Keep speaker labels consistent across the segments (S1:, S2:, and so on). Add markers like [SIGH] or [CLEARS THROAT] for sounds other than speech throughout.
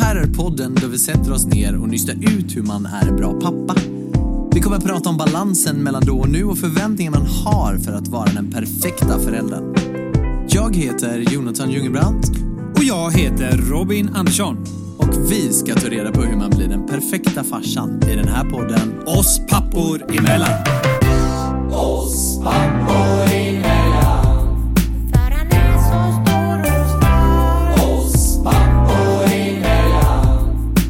S1: här är podden där vi sätter oss ner och nystar ut hur man är en bra pappa. Vi kommer att prata om balansen mellan då och nu och förväntningar man har för att vara den perfekta föräldern. Jag heter Jonathan Jungebrandt
S2: Och jag heter Robin Andersson.
S1: och vi ska ta reda på hur man blir den perfekta farsan i den här podden
S2: Oss pappor emellan.
S3: För han är så stor och stark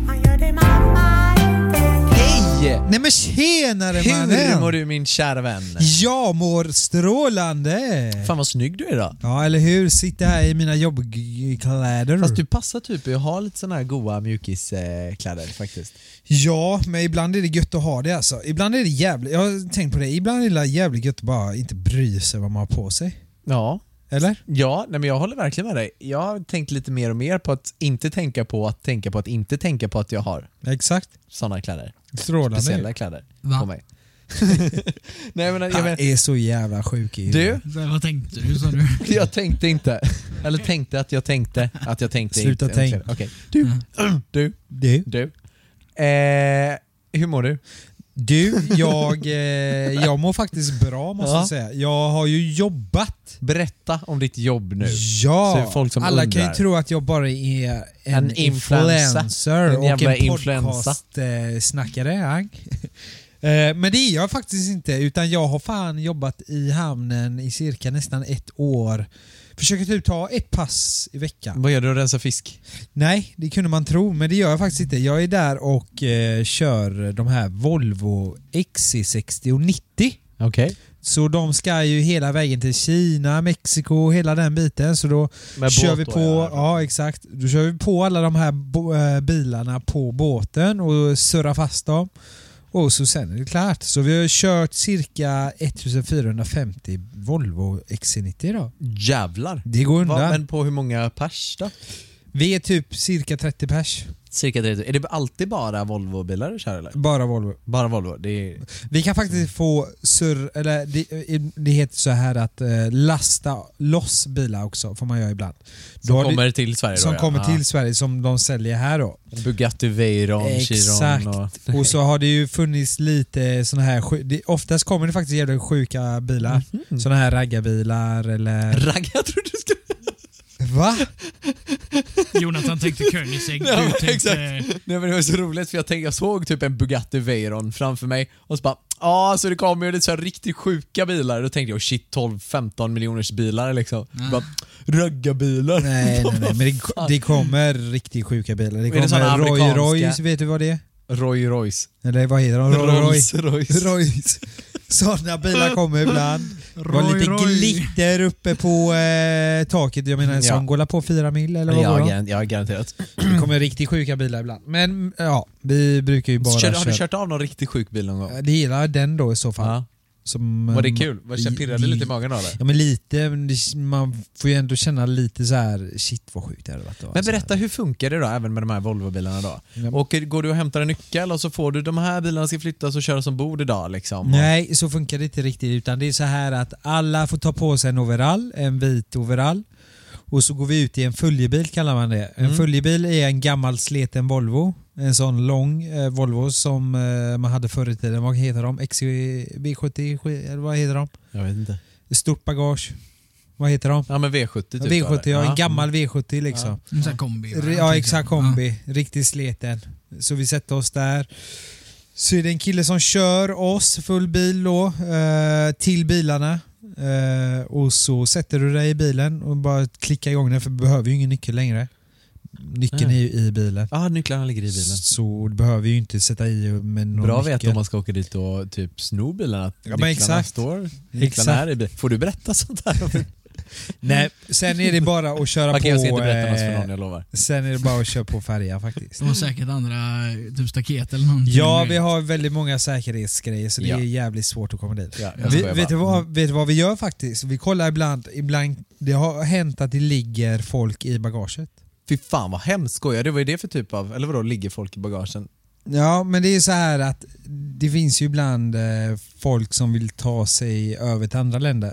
S3: Han gör det mamma inte
S4: Hej! Nej men tjenare
S1: Hur
S4: mannen!
S1: mår du min kära vän?
S4: Jag mår strålande!
S1: Fan vad snygg du är idag.
S4: Ja eller hur, sitter här i mina jobbkläder.
S1: Fast du passar typ i att ha lite såna här goa mjukiskläder faktiskt.
S4: Ja, men ibland är det gött att ha det alltså. Ibland är det jävligt, jag har tänkt på det, ibland är det jävligt gött att bara inte bry sig vad man har på sig.
S1: Ja.
S4: Eller?
S1: Ja, nej men jag håller verkligen med dig. Jag har tänkt lite mer och mer på att inte tänka på att tänka på att inte tänka på att jag har
S4: Exakt.
S1: sådana kläder.
S4: Strålande.
S1: Speciella kläder
S5: Va?
S1: på
S4: [LAUGHS]
S1: mig. nej men, jag,
S4: Han
S1: men
S4: är så jävla sjuk i
S1: du,
S5: Men Vad tänkte du sa
S1: [LAUGHS]
S5: du?
S1: jag tänkte inte. Eller tänkte att jag tänkte att jag tänkte
S4: Sluta
S1: inte.
S4: tänk.
S1: Okej. Du, du,
S4: Du?
S1: du. Eh, hur mår du?
S4: Du, jag, eh, jag mår faktiskt bra måste
S1: Ja.
S4: jag säga. Jag har ju jobbat
S1: Berätta om ditt jobb nu. Så det
S4: Ja,
S1: är folk som
S4: alla kan
S1: undrar.
S4: ju tro att jag bara är en,
S1: En influensa.
S4: influencer
S1: En
S4: och
S1: jävla
S4: en eh,
S1: influensa.
S4: [LAUGHS] podcast-snackare. Eh, Men det är jag faktiskt inte, utan jag har fan jobbat i hamnen i cirka nästan ett år. Försöker typ ta ett pass i veckan.
S1: Vad gör du och rensar fisk?
S4: Nej, det kunde man tro, men det gör jag faktiskt inte. Jag är där och eh, kör de här Volvo XC60 och 90.
S1: Okej.
S4: Så de ska ju hela vägen till Kina, Mexiko, hela den biten. Så då kör vi på, ja exakt. Då kör vi på alla de här bo- eh, bilarna på båten och surrar fast dem. Och så sen är det klart. Så vi har kört cirka 1450 Volvo XC90 idag.
S1: Jävlar.
S4: Det går undan.
S1: Va, men på hur många pers då?
S4: Vi är typ cirka 30 pers.
S1: Cirka 30. Är det alltid bara Volvo-bilar du kör eller?
S4: Bara Volvo.
S1: Bara Volvo? Det är...
S4: Vi kan faktiskt få surr... Eller det, eh, det heter så här att eh, lasta loss bilar också, får man göra ibland. Då har
S1: Som
S4: du-
S1: kommer till Sverige
S4: som
S1: då, ja.
S4: kommer
S1: Ja.
S4: till Sverige som de säljer här då.
S1: Bugatti Veyron,
S4: Exakt.
S1: Chiron och...
S4: Och så har det ju funnits lite såna här, sju- det- oftast kommer det faktiskt jävligt sjuka bilar.
S1: Mm.
S4: Såna här raggarbilar eller...
S1: Ragg, Mhm. jag trodde du skulle...
S4: Va?
S5: Jonathan tänkte Koenigsegg,
S1: Ja,
S5: du
S1: men
S5: tänkte...
S1: exakt. Nej men det var så roligt för jag, tänkte, jag såg typ en Bugatti Veyron framför mig och så bara ja, så det kommer ju lite så här riktigt sjuka bilar. Då tänkte jag shit, 12-15 miljoners bilar liksom. Bara, Raggarbilar.
S4: Mm. Nej, nej, nej.
S1: [LAUGHS]
S4: Men det,
S1: Fan.
S4: det kommer riktigt sjuka bilar. Det
S1: det såna
S4: kommer Roy
S1: amerikanska?
S4: Royce, vet du vad det är?
S1: Roy Royce.
S4: Eller vad heter de? Roy Royce.
S1: Royce.
S4: Royce. Sådana bilar kommer
S1: [LAUGHS]
S4: ibland. Det var
S5: Roy
S4: lite
S5: Roy.
S4: glitter uppe på eh, taket. Jag menar en
S1: Ja.
S4: sån går la på fyra mil eller vad
S1: Ja,
S4: var det?
S1: garan- ja, garanterat.
S4: [CLEARS THROAT] Det kommer riktigt sjuka bilar ibland. Men ja, vi brukar ju bara
S1: Kör,
S4: köra.
S1: har du kört av någon riktigt sjuk bil någon gång?
S4: Det gillar den då i så fall.
S1: Ja.
S4: Som,
S1: Var det
S4: eh,
S1: kul? Var det pirrade lite i magen av det?
S4: Ja men lite, men det, man får ju ändå känna lite så här shit vad sjukt det hade varit. att ha
S1: Men
S4: en sån
S1: berätta, hur funkar det då även med de här Volvo-bilarna då?
S4: Ja.
S1: Och går du och hämtar en nyckel och så får du de här bilarna ska flyttas och köras ombord idag liksom?
S4: här. Nej, så funkar det inte riktigt utan det är så här att alla får ta på sig en overall, en vit overall. Och så går vi ut i en följebil kallar man det. En följebil är en gammal sleten Volvo. En sån lång eh, Volvo som eh, man hade förr i tiden. Vad heter de? XB70? Eller vad heter de?
S1: Jag vet inte.
S4: Stort bagage. Vad heter de?
S1: Ja men V70 typ.
S4: V70,
S1: eller?
S4: ja, en gammal V70 liksom.
S5: En sån här kombi. va?
S4: Re- Ja, exakt kombi. Riktigt sleten. Så vi sätter oss där. Så är det en kille som kör oss, full bil då, eh, till bilarna. Eh, och så sätter du dig i bilen och bara klickar igång den för du behöver ju ingen nyckel längre. Nyckeln
S1: Nej.
S4: är ju i bilen.
S1: Ja, ah, nycklarna ligger i bilen.
S4: Så du behöver ju inte sätta i med någon
S1: Bra
S4: nyckel.
S1: vet om man ska åka dit och typ sno bilen att
S4: men
S1: nycklarna
S4: exakt.
S1: står.
S4: Exakt.
S1: Nycklarna är i bilen. Får du berätta sånt
S4: [LAUGHS]
S1: här? Okej
S4: Nej, sen är det bara att köra på...
S1: jag ska inte berätta något för
S4: eh,
S1: någon, jag lovar.
S4: Sen är det bara att köra på färja
S1: [LAUGHS]
S4: faktiskt.
S5: Det var säkert andra, typ staket eller någonting.
S4: Ja, vi har väldigt många säkerhetsgrejer så det
S1: Ja.
S4: är jävligt svårt att komma dit.
S1: Ja, jag
S4: vi,
S1: skojar
S4: vet, du
S1: bara. Mm.
S4: vad, vet du vad vi gör faktiskt? Vi kollar ibland, ibland, det har hänt att det ligger folk i bagaget.
S1: Fy fan vad hemskt, skojar du? Vad är det för typ av, eller vadå, ligger folk i bagagen?
S4: Ja, men det är ju så här att det finns ju ibland eh, folk som vill ta sig över till andra länder.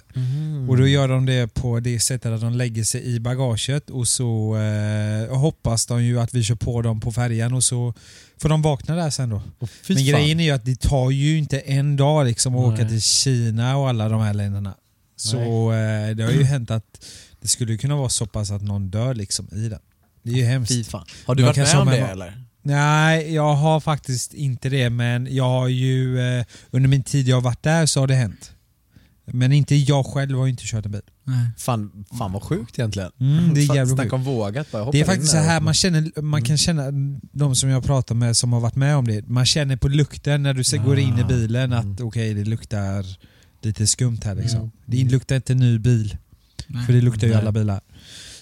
S4: Och då gör de det på det sättet att de lägger sig i bagaget och så eh, hoppas de ju att vi kör på dem på färjan och så får de vakna där sen då.
S1: Åh, fy
S4: men
S1: fan.
S4: grejen är ju att det tar ju inte en dag liksom att åka
S1: Nej.
S4: till Kina och alla de här länderna. Så eh, det har ju hänt att det skulle kunna vara så pass att någon dör liksom i den. Det är ju hemskt.
S1: Fy fan. Har du
S4: Man
S1: varit
S4: kan
S1: med
S4: som
S1: om det
S4: en-
S1: eller?
S4: Nej, jag har faktiskt inte det, men jag har ju eh, under min tid jag har varit där så har det hänt. Men inte jag själv har ju inte kört en bil.
S5: Nej.
S1: Fan, fan vad sjukt egentligen.
S4: Mm, det är
S1: Fan,
S4: jävligt
S1: Snacka
S4: sjukt.
S1: om vågat bara. hoppa
S4: Det är
S1: in
S4: faktiskt så
S1: där. Mm.
S4: här, man, känner, man kan känna de som jag pratar med som har varit med om det. Man känner på lukten när du se- går in i
S1: Ah.
S4: bilen att
S1: Mm.
S4: okej, det luktar lite skumt här liksom. Det luktar inte ny bil,
S5: Nej.
S4: för det luktar ju
S1: Nej.
S4: alla bilar.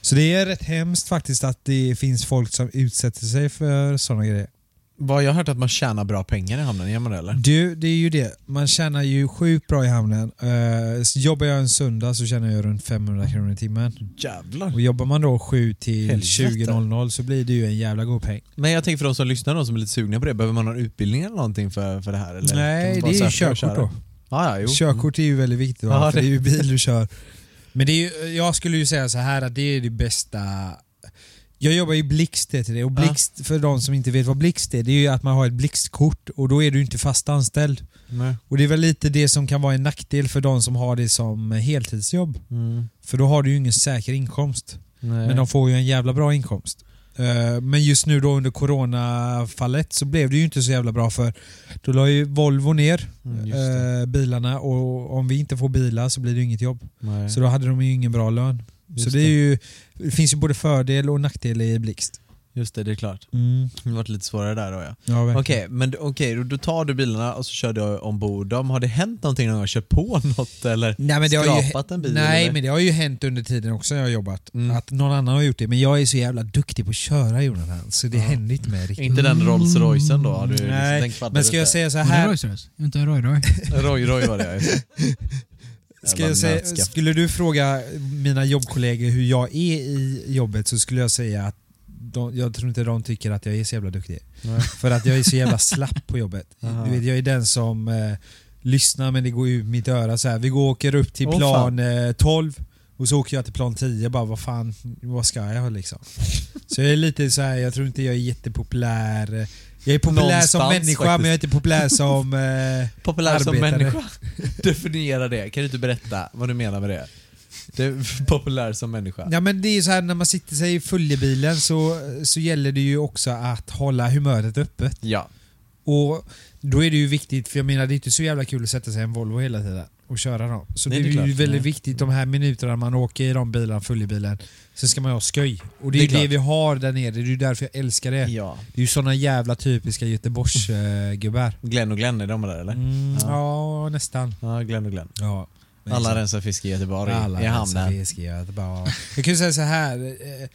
S4: Så det är rätt hemskt faktiskt att det finns folk som utsätter sig för sådana grejer.
S1: Vad jag har hört att man tjänar bra pengar i hamnen, gör man det eller?
S4: Du, det är ju det. Man tjänar ju sjukt bra i hamnen. Eh, så jobbar jag en söndag så tjänar jag runt 500 kronor i timmen.
S1: Jävlar.
S4: Och jobbar man då 7 till
S1: Mm. Helvete.
S4: 20.00 så blir det ju en jävla god peng.
S1: Men jag tänker för de som lyssnar och som är lite sugna på det, behöver man någon utbildning eller någonting för, för det här? Eller kan
S4: Nej,
S1: man
S4: det
S1: bara
S4: är ju
S1: söka och
S4: körkort
S1: köra?
S4: då.
S1: Ja, ja, jo.
S4: Körkort är ju väldigt viktigt då,
S1: Ja,
S4: för det
S1: det-
S4: är ju bil du kör. Men det är ju, jag skulle ju säga så här att det är det bästa jag jobbar i Blixt heter det och Blixt, för de som inte vet vad Blixt är, det är ju att man har ett Blixtkort och då är du inte fast anställd.
S1: Mm. Nej.
S4: Och det är väl lite det som kan vara en nackdel för de som har det som heltidsjobb.
S1: Mm.
S4: För då har du ju ingen säker inkomst.
S1: Nej. Mm,
S4: Men de får ju en jävla bra inkomst. Eh, Men just nu då under coronafallet så blev det ju inte så jävla bra för då la ju Volvo ner
S1: Mm, just det.
S4: eh, bilarna och om vi inte får bilar så blir det ju inget jobb.
S1: Nej.
S4: Så då hade de ju ingen bra lön.
S1: Just
S4: så det, är ju, det finns ju både fördel och nackdel i Blixt.
S1: Just det, det är klart. Det har varit lite svårare där då ja.
S4: Ja, verkligen.
S1: Mm. Okej, men d- okej, då- då tar du bilarna och så kör du ombord dem. Har det hänt någonting någon gång? Kört på [LAUGHS] något eller
S4: Nej, men det har ju,
S1: skrapat en bil?
S4: Nej,
S1: eller?
S4: men det har ju hänt under tiden också jag har jobbat.
S1: Mm.
S4: Att någon annan har gjort det. Men jag är så jävla duktig på att köra Jonathan, så det händer inte med riktigt.
S1: Inte den Rolls Roycen då? Har du liksom
S4: Nej,
S1: tänkt på att
S4: men
S1: det
S4: ska jag
S1: lite-
S4: säga så
S5: Var det
S4: här.
S5: Royce Royce? Inte Roy Roy.
S4: [LAUGHS]
S1: Roy Roy var det ja, just det.
S4: Ska
S1: Jävla
S4: jag säga,
S1: nötskaft.
S4: skulle du fråga mina jobbkollegor hur jag är i jobbet så skulle jag säga att de, jag tror inte de tycker att jag är så jävla duktig.
S1: Nej.
S4: För att jag är
S1: [LAUGHS]
S4: så jävla slapp på jobbet.
S1: Aha.
S4: Du vet, jag är den som eh, lyssnar men det går ut mitt öra så här. Vi går och åker upp till
S1: Åh,
S4: plan eh, 12 och så åker jag till plan 10 bara vad fan, vad ska jag liksom? Så jag är lite så här, jag tror inte jag är jättepopulär. Jag är populär som
S1: Någonstans,
S4: människa
S1: faktiskt.
S4: men jag är inte populär
S1: [LAUGHS]
S4: som... Eh,
S1: Populär som
S4: Arbetare.
S1: människa. [LAUGHS] Definiera det. Kan du inte berätta vad du menar med det? det är [LAUGHS] populär som människa.
S4: Ja men det är ju så här när man sitter sig full i bilen så, så gäller det ju också att hålla humöret uppe.
S1: Ja.
S4: Och då är det ju viktigt, för jag menar det är inte så jävla kul att sätta sig i en Volvo hela tiden och köra dem. Så
S1: Nej,
S4: det är,
S1: det är
S4: ju
S1: klart.
S4: väldigt
S1: Nej.
S4: viktigt de här minuterna man åker i de bilarna, full i bilen. Sen ska man ju ha skoj. Och det
S1: Det
S4: är
S1: är
S4: ju det
S1: klart.
S4: vi har där nere, det är ju därför jag älskar det.
S1: ja.
S4: Det är ju såna jävla typiska Göteborgsgubbar.
S1: Glenn och Glenn, är de där eller?
S4: Mm,
S1: Ja.
S4: ja. nästan.
S1: Ja, Glenn och Glenn.
S4: Ja.
S1: Alla rensar fisk i Göteborg,
S4: Alla
S1: i
S4: dessa
S1: hamnen.
S4: fisk i Göteborg. [LAUGHS] Jag kan ju säga så här. eh,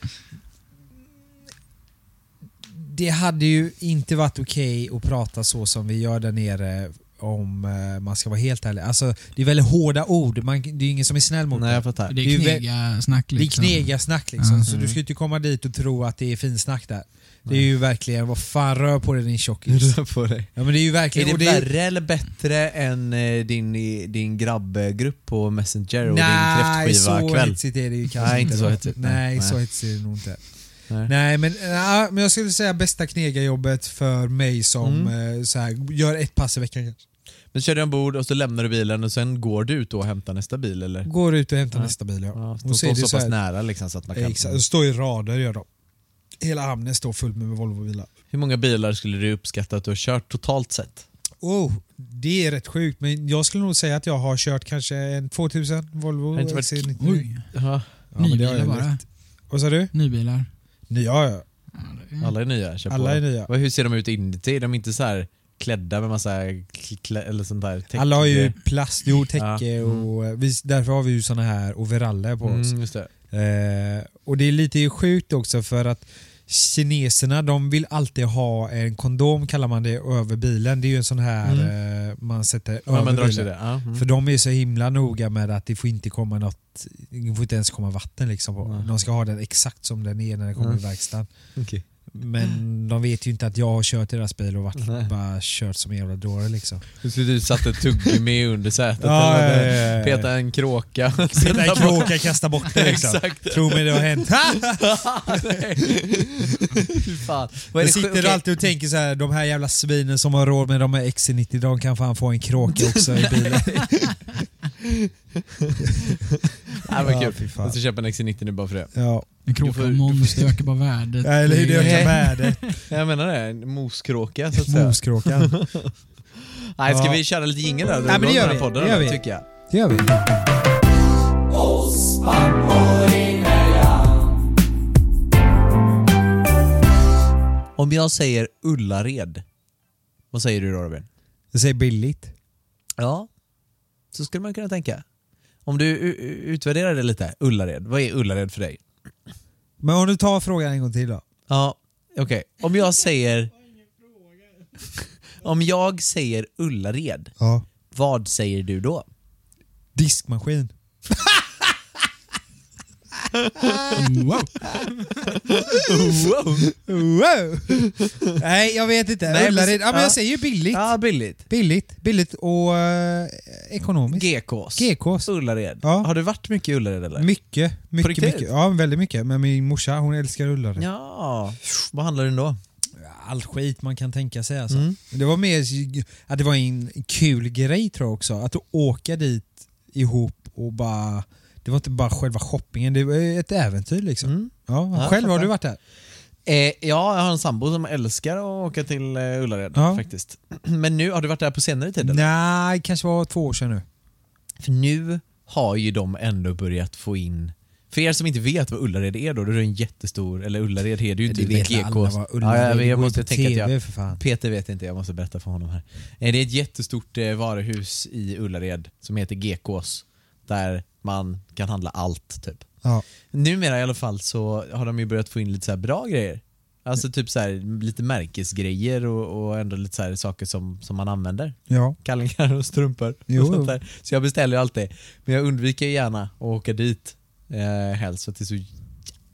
S4: Det hade ju inte varit okej att prata så som vi gör där nere om eh, man ska vara helt ärlig. Alltså, det är väldigt hårda ord. Man, det är ju ingen som är snäll mot
S1: Nej,
S4: en.
S1: jag fattar.
S5: Det
S4: Det är
S5: är
S4: ju vä-
S5: knega snack
S4: Det är
S5: liksom.
S4: knegarsnack liksom.
S5: Ja.
S4: Så
S1: Mm.
S4: du ska ju inte komma dit och tro att det är finsnack där. Det är ju verkligen, vad fan rör på dig
S1: [LAUGHS]
S4: din tjockis.
S1: Rör på dig.
S4: Ja men det är ju
S1: Är
S4: verkligen...
S1: det,
S4: och det är-
S1: värre eller bättre än eh, din, i- din grabbgrupp på Messenger och din
S4: Nej, så
S1: kräftskiva kväll?
S4: hetsigt är det ju kanske
S1: Nej, inte så
S4: då.
S1: hetsigt.
S4: Nej,
S1: Nej, nej.
S4: så hetsigt är det nog inte. Nej,
S1: Nej.
S4: men, ja, men jag skulle säga bästa knegarjobbet för mig som
S1: Mm.
S4: eh, så här, gör ett pass i veckan.
S1: Men kör du ombord och så lämnar du bilen och sen går du ut och hämtar nästa bil eller?
S4: Går ut och hämtar
S1: Ja.
S4: nästa bil ja.
S1: Ja,
S4: och
S1: de
S4: så är
S1: står
S4: det
S1: så,
S4: så
S1: pass
S4: här, eh,
S1: nära liksom så att man kan...
S4: exakt, och står i rader gör de. Hela hamnen står full med Volvobilar.
S1: Hur många bilar skulle du uppskatta att du har kört totalt sett?
S4: Oh, det är rätt sjukt men jag skulle nog säga att jag har kört kanske en 2000 Volvo
S1: det inte varit-
S4: XC90.
S5: Oj,
S1: Ja.
S4: Ja, men det har
S5: nybilar
S4: jag
S5: bara.
S4: lätt. Vad sa du?
S5: Nybilar.
S4: Ja, ja.
S1: Mm. Alla är nya, kör på.
S4: Alla är nya.
S1: Vad- Hur ser de ut inuti? Är de inte så här klädda med massa kl- klä, eller sånt där täcke?
S4: Alla har ju plast, jo täcke
S1: Ja, mm.
S4: och eh, vi, därför har vi ju såna här overaller på oss.
S1: Mm, just det.
S4: Eh, och det är lite sjukt också för att kineserna de vill alltid ha en kondom kallar man det över bilen. Det är ju en sån här eh, man sätter
S1: Man
S4: över
S1: använder också
S4: bilen.
S1: det. Mm. Ja, mm.
S4: För de är så himla noga med att det får inte komma något, det får inte ens komma vatten liksom. på.
S1: Nej.
S4: De ska ha den exakt som den är när den kommer
S1: Mm.
S4: i verkstaden.
S1: Okej.
S4: Men de vet ju inte att jag har kört deras bil och varit, bara kört som en jävla dåre liksom.
S1: [LAUGHS] Du skulle du satt ett tuggummi under sätet
S4: Ja,
S1: eller
S4: ja, ja, ja.
S1: peta en
S4: [LAUGHS]
S1: kråka.
S4: Sitta i kråka och kasta bort det liksom.
S1: [LAUGHS] Exakt.
S4: Tro mig det har hänt. Ha!
S1: Nej. Fy fan. Vad är
S4: Jag
S1: det
S4: sitter
S1: sjuk- okej.
S4: alltid och tänker så här, de här jävla svinen som har råd med de här XC90, de kan fan få en
S1: [LAUGHS]
S4: kråka också i bilen.
S1: Nej, men
S4: Ja,
S1: kul. Alltså,
S4: fy fan.
S1: Jag ska köpa en XC90 nu bara för det.
S4: Ja.
S5: En
S1: Du
S5: kråka
S1: får-
S5: om moms, det ökar bara värdet.
S4: Ja, Eller hur det
S5: är-
S4: ökar värdet.
S1: Jag menar det, en moskråka [LAUGHS] så att säga.
S4: Moskråkan.
S1: Nej, ska
S4: Ja.
S1: vi köra lite jingel där?
S4: Nej, men det gör
S1: Den här
S4: vi.
S1: podden,
S4: Det gör
S1: då,
S4: vi.
S1: Tycker jag.
S4: Det gör vi.
S1: Om jag säger Ullared, vad säger du då Robin?
S4: Jag säger billigt.
S1: Ja, så skulle man kunna tänka. Om du u- u- utvärderar det lite, Ullared, vad är Ullared för dig?
S4: Men om du tar frågan en gång till då.
S1: Ja, okej. Om jag säger... [LAUGHS] Om jag säger Ullared,
S4: Ja.
S1: vad säger du då? [LAUGHS]
S4: Diskmaskin.
S5: Wow.
S4: Wow. Nej, jag vet inte.
S1: Nej, men-
S4: Ullared. Ja, men
S1: ja.
S4: jag säger ju billigt.
S1: Ja, billigt.
S4: Billigt. Billigt och eh, ekonomiskt.
S1: GKs.
S4: GKs.
S1: Ullared.
S4: Ja.
S1: Har du varit mycket i Ullared eller?
S4: Mycket. Mycket,
S1: riktigt?
S4: mycket. Ja, väldigt mycket. Men min morsa, hon älskar Ullared.
S1: Ja, vad handlar den då? Mm,
S4: All skit man kan tänka sig alltså. Det var mer att det var en kul grej tror jag också. Att åka dit ihop och bara... Det var inte bara själva shoppingen, det var ett äventyr liksom.
S1: Mm.
S4: Ja,
S1: Ja,
S4: själv har
S1: fattar.
S4: du varit där?
S1: Eh, ja, jag har en sambo som älskar att åka till eh, Ullared
S4: Ja.
S1: faktiskt. [CLEARS THROAT] Men nu, har du varit där på senare tid? eller?
S4: Nej, kanske var två år sedan nu.
S1: För nu har ju de ändå börjat få in för er som inte vet vad Ullared är då, då är det en jättestor, eller Ullared är det ju inte, det är GKs. Ja, jag, jag måste tänka att jag,
S4: TV för fan.
S1: Peter vet inte, jag måste berätta för honom här. Eh, Det är ett jättestort eh, varuhus i Ullared som heter GKs. Där man kan handla allt typ.
S4: Ja.
S1: Numera i alla fall så har de ju börjat få in lite så här bra grejer. Alltså typ så här, lite märkesgrejer och, och ändå lite så här saker som, som man använder.
S4: ja.
S1: Kallingar och strumpor.
S4: Jo,
S1: och
S4: jo.
S1: sånt där. Så jag beställer ju alltid. Men jag undviker ju gärna att åka dit eh, helst för att det är så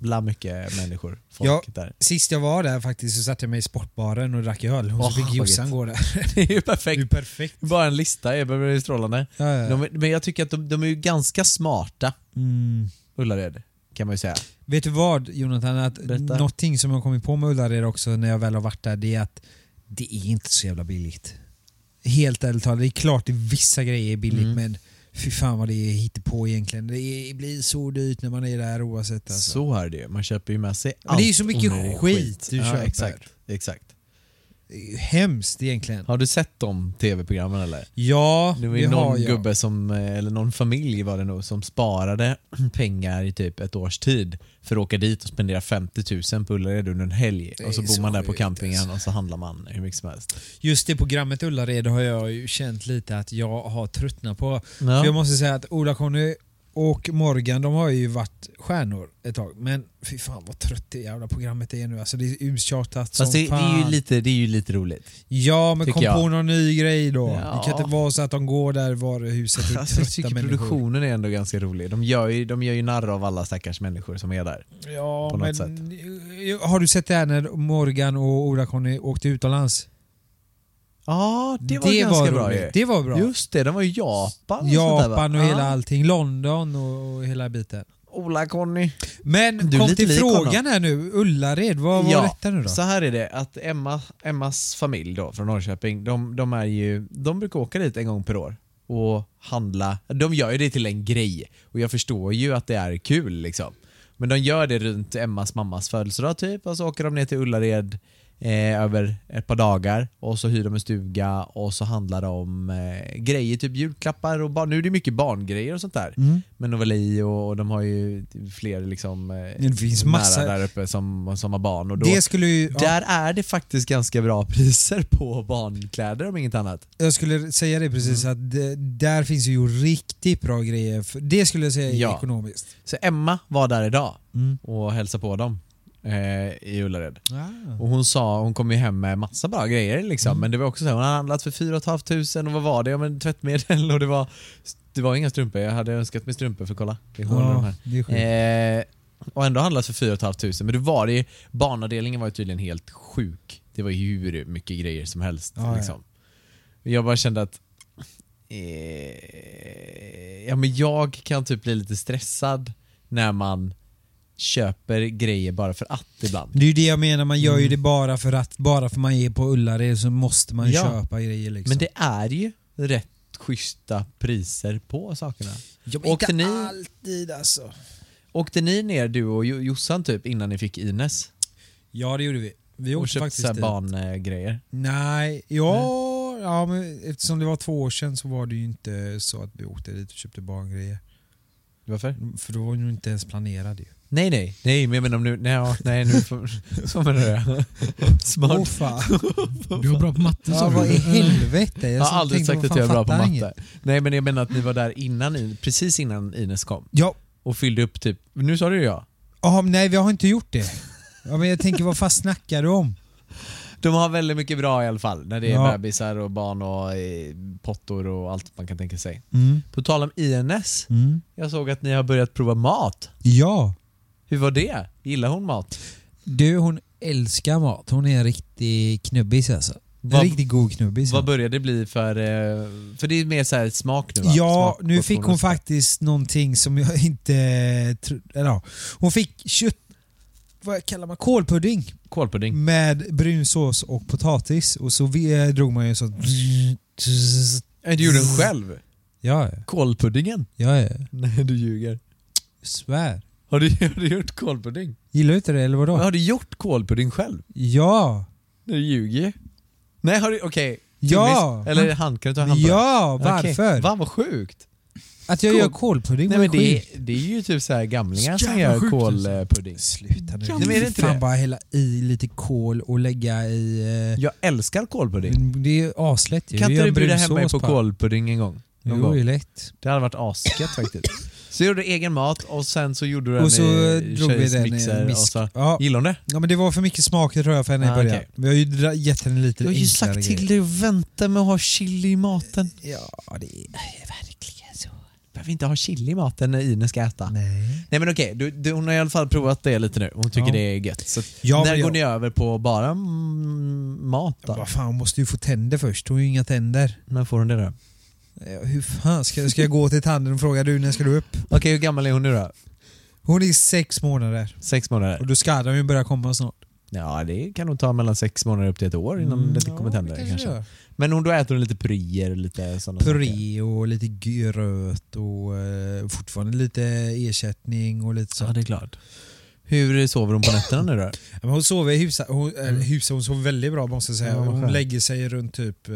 S1: jävla mycket människor. Folk
S4: Ja.
S1: där. [LAUGHS]
S4: Sist jag var där faktiskt så satte jag mig i sportbaren och drack öl och
S1: Åh,
S4: så fick
S1: vad
S4: Jossan gå där.
S1: Det är ju
S4: Det är ju [LAUGHS]
S1: perfekt.
S4: perfekt.
S1: Bara en lista, jag behöver strålande.
S4: Ja, ja, ja.
S1: De, men jag tycker att de, de är ju ganska smarta,
S4: Mm.
S1: Ullared, kan man ju säga.
S4: Vet du vad Jonathan? Att
S1: Berätta.
S4: någonting som jag har kommit på med Ullared också när jag väl har varit där det är att det är inte så jävla billigt. Helt ärligt talat, det är klart att vissa grejer är billigt
S1: Mm.
S4: men fy fan vad det är hittepå egentligen. Det är- blir så dyrt när man är där oavsett. Alltså.
S1: Så är det ju. Man köper ju med sig allt.
S4: Men det är ju så mycket
S1: onödig
S4: skit du
S1: ja,
S4: köper.
S1: Exakt, exakt.
S4: Det är ju Hemskt egentligen.
S1: Har du sett de tv-programmen eller?
S4: Ja,
S1: Det var
S4: det
S1: ju
S4: har
S1: någon
S4: jag.
S1: gubbe som, eh, eller någon familj var det nog, som sparade [CLEARS THROAT] pengar i typ ett års tid för att åka dit och spendera 50 000 på Ullared under en helg.
S4: Det
S1: Och så
S4: är
S1: bor
S4: så
S1: man där på
S4: sjukt,
S1: campingen
S4: alltså.
S1: och så handlar man hur mycket som helst.
S4: Just det programmet Ullared har jag ju känt lite att jag har tröttnat på.
S1: Ja.
S4: För jag måste säga att Ola-Conny och Morgan de har ju varit stjärnor ett tag. Men fy fan vad trött det jävla programmet är nu. Alltså det är uttjatat som
S1: Fast det, det, är ju
S4: fan.
S1: lite, det är ju lite roligt.
S4: ja men
S1: tycker
S4: kom
S1: jag.
S4: på någon ny grej då.
S1: Ja.
S4: Det kan inte vara så att de går där i varuhuset och är
S1: Alltså, jag
S4: trötta
S1: tycker
S4: människor.
S1: produktionen är ändå ganska rolig. De gör, ju, de gör ju narr av alla stackars människor som är där.
S4: Ja,
S1: på
S4: men
S1: något
S4: har du sett det här när Morgan och Ola-Conny åkte utomlands?
S1: Ja, det var ganska bra
S4: roligt.
S1: ju.
S4: Det var bra.
S1: Just det, de var i Japan och sånt där, va?
S4: Japan och
S1: Ja.
S4: hela allting. London och, och hela biten.
S1: Ola-Conny.
S4: Men
S1: Du är
S4: kom
S1: lite
S4: till
S1: lik
S4: frågan
S1: honom.
S4: här nu. Ullared, vad var detta nu då?
S1: Så här är det, att Emma, Emmas familj då från Norrköping, de, de, är ju, de brukar åka dit en gång per år och handla. De gör ju det till en grej och jag förstår ju att det är kul liksom. Men de gör det runt Emmas mammas födelsedag typ och så åker de ner till Ullared eh, över ett par dagar och så hyr de en stuga och så handlar de om eh, grejer, typ julklappar och barn. Nu är det mycket barngrejer och sånt där.
S4: Mm.
S1: Men Novali och, och de har ju fler liksom eh,
S4: Det finns
S1: nära
S4: massa-
S1: där uppe som, som har barn. Och då,
S4: det skulle ju, ja,
S1: där är det faktiskt ganska bra [LAUGHS] priser på barnkläder om inget annat.
S4: jag skulle säga det precis
S1: Mm.
S4: att det, där finns ju riktigt bra grejer. För- Det skulle jag säga är
S1: Ja.
S4: ekonomiskt.
S1: Så Emma var där idag
S4: Mm.
S1: och hälsade på dem eh, i Ullared.
S4: Ah.
S1: Och hon sa, hon kom ju hem med massa bra grejer liksom, men det var också så här, hon hade handlat för 4 500 och vad var det? Ja men tvättmedel [LAUGHS] och det var, det var inga strumpor. Jag hade önskat mig strumpor för kolla, det är hål i de här.
S4: det är sjukt.
S1: Eh, och ändå handlas för 4 500 men det var det, barnavdelningen var ju tydligen helt sjuk. Det var ju hur mycket grejer som helst.
S4: Ja, ja.
S1: liksom. Jag bara kände att eh, ja, men jag kan typ bli lite stressad när man köper grejer bara för att ibland.
S4: Det är ju det jag menar, man gör
S1: Mm.
S4: ju det bara för att bara för man är på Ullared så måste man
S1: Ja.
S4: köpa grejer liksom.
S1: Men det är ju rätt schyssta priser på sakerna.
S4: Ja, men
S1: åkte ni-
S4: inte alltid alltså.
S1: Åkte ni ner du och Jo- Jossan typ innan ni fick Ines?
S4: Ja, det gjorde vi. Vi
S1: Och
S4: åkte
S1: köpte
S4: faktiskt
S1: så här
S4: dit.
S1: barngrejer?
S4: Nej, ja, ja men eftersom det var två år sedan så var det ju inte så att vi åkte dit och köpte barngrejer.
S1: Varför?
S4: För då var det ju inte ens planerat ju.
S1: Nej, nej, nej, men jag menar om nu, nej, ja, nej, nu får,
S4: [LAUGHS]
S1: så menar jag. Smart.
S4: Åh fan.
S5: Du var bra på matte
S4: Ja,
S5: sa
S1: [LAUGHS]
S4: vad i
S5: du.
S4: helvete?
S1: Mm. jag har aldrig
S4: tänkte,
S1: sagt
S4: vad
S1: att jag är
S4: fan
S1: bra på
S4: fattar
S1: matte.
S4: inget.
S1: Nej, men jag menar att ni var där innan, In- precis innan Ines kom
S4: Ja,
S1: och fyllde upp typ, nu sa du ju ja.
S4: aha, nej vi har inte gjort det. Ja, men jag tänker vad fan snackar du om?
S1: De har väldigt mycket bra i alla fall när det är
S4: Ja.
S1: bebisar och barn och eh, pottor och allt man kan tänka sig. På tal om INS,
S4: Mm.
S1: jag såg att ni har börjat prova mat.
S4: Ja.
S1: Hur var det? Gillar hon mat?
S4: Du, hon älskar mat. Hon är en riktig knubbis alltså.
S1: Vad-
S4: en riktigt god knubbis.
S1: Vad
S4: ja.
S1: började det bli för, eh, för det är mer så här smak nu va?
S4: Ja,
S1: Smak-
S4: nu fick hon
S1: portioner.
S4: faktiskt någonting som jag inte trodde... Eller ja, hon fick kött... Vad kallar man? Kålpudding
S1: Kålpudding.
S4: med brunsås och potatis. Och så vi, eh, drog man ju en sån...
S1: Mm. Nej, du Eh, gjorde
S4: Mm.
S1: den själv.
S4: Ja,
S1: Kålpuddingen? [LAUGHS]
S4: ja, ja.
S1: Nej, du ljuger.
S4: Svär.
S1: Har du, [LAUGHS] har du gjort kålpudding?
S4: Gillar du inte det eller
S1: Men
S4: vadå?
S1: Har du gjort kålpudding själv?
S4: Ja!
S1: Nej, Du ljuger Nej, har du... Okej.
S4: Ja!
S1: Tummis- Eller hand, kan du ta hand på
S4: Ja,
S1: den? Okej.
S4: varför?
S1: Va, vad sjukt!
S4: Att jag
S1: Kål-
S4: gör kålpudding
S1: Nej
S4: var ju
S1: men det,
S4: sjukt.
S1: det är ju typ så här gamlingar som
S5: Jävla
S1: gör
S5: sjukt,
S1: alltså. kålpudding.
S4: Sluta nu.
S1: Ja, men är det inte
S4: Fan
S1: det?
S4: bara hälla i lite kål och lägga i... Eh,
S1: Jag älskar kålpudding.
S4: det är ju aslätt ju.
S1: Kan
S4: Vi
S1: inte du
S4: gör
S1: bjuda hem
S4: brunsås
S1: mig på
S4: bara.
S1: kålpudding en gång? Någon
S4: Jo, det är
S1: gång?
S4: lätt.
S1: Det hade varit asgött faktiskt. Så gjorde du egen mat och sen så gjorde du den
S4: Och så
S1: i
S4: drog vi
S1: tjejs
S4: den i
S1: mixer
S4: en
S1: och
S4: misk.
S1: så...
S4: Ja.
S1: Gillade hon det?
S4: ja, men det var för mycket smaker tror jag för henne i
S1: Ah,
S4: början.
S1: okej.
S4: Vi har ju dra- gett henne lite
S1: Jag har ju sagt till dig att vänta med att ha chili i maten.
S4: Ja, det är...
S1: Verkligen så. Behöver inte ha chili i maten när Ine ska äta. Nej,
S4: Nej.
S1: men okej, du, du, hon har i alla fall provat det lite nu. Hon tycker
S4: Ja.
S1: det är gött. Så
S4: Ja,
S1: när
S4: men
S1: går
S4: jag-
S1: ni över på bara mm, mat då?
S4: Vad fan, hon måste ju få tänder först. Hon har ju inga tänder.
S1: När får hon det då?
S4: Eh, Hur fan ska jag, ska jag gå till tanden och fråga du när ska du upp?
S1: Okej, hur gammal är hon nu då?
S4: Hon är sex månader.
S1: Sex månader?
S4: Och då ska de ju börja komma snart.
S1: Ja, det kan nog ta mellan sex månader upp till ett år innan
S4: Mm,
S1: det kommer tänder kanske.
S4: gör.
S1: Men hon, då äter hon lite pryer och lite sådana saker.
S4: Puré och lite gröt och eh, fortfarande lite ersättning och lite
S1: Ja,
S4: sånt.
S1: det är klart. Hur sover hon på nätterna nu då?
S4: Ja, Men hon sover i husa, hon, eller husa, hon sover väldigt bra måste jag säga.
S1: Mm. Ja, vad
S4: hon
S1: skönt.
S4: lägger sig runt typ eh,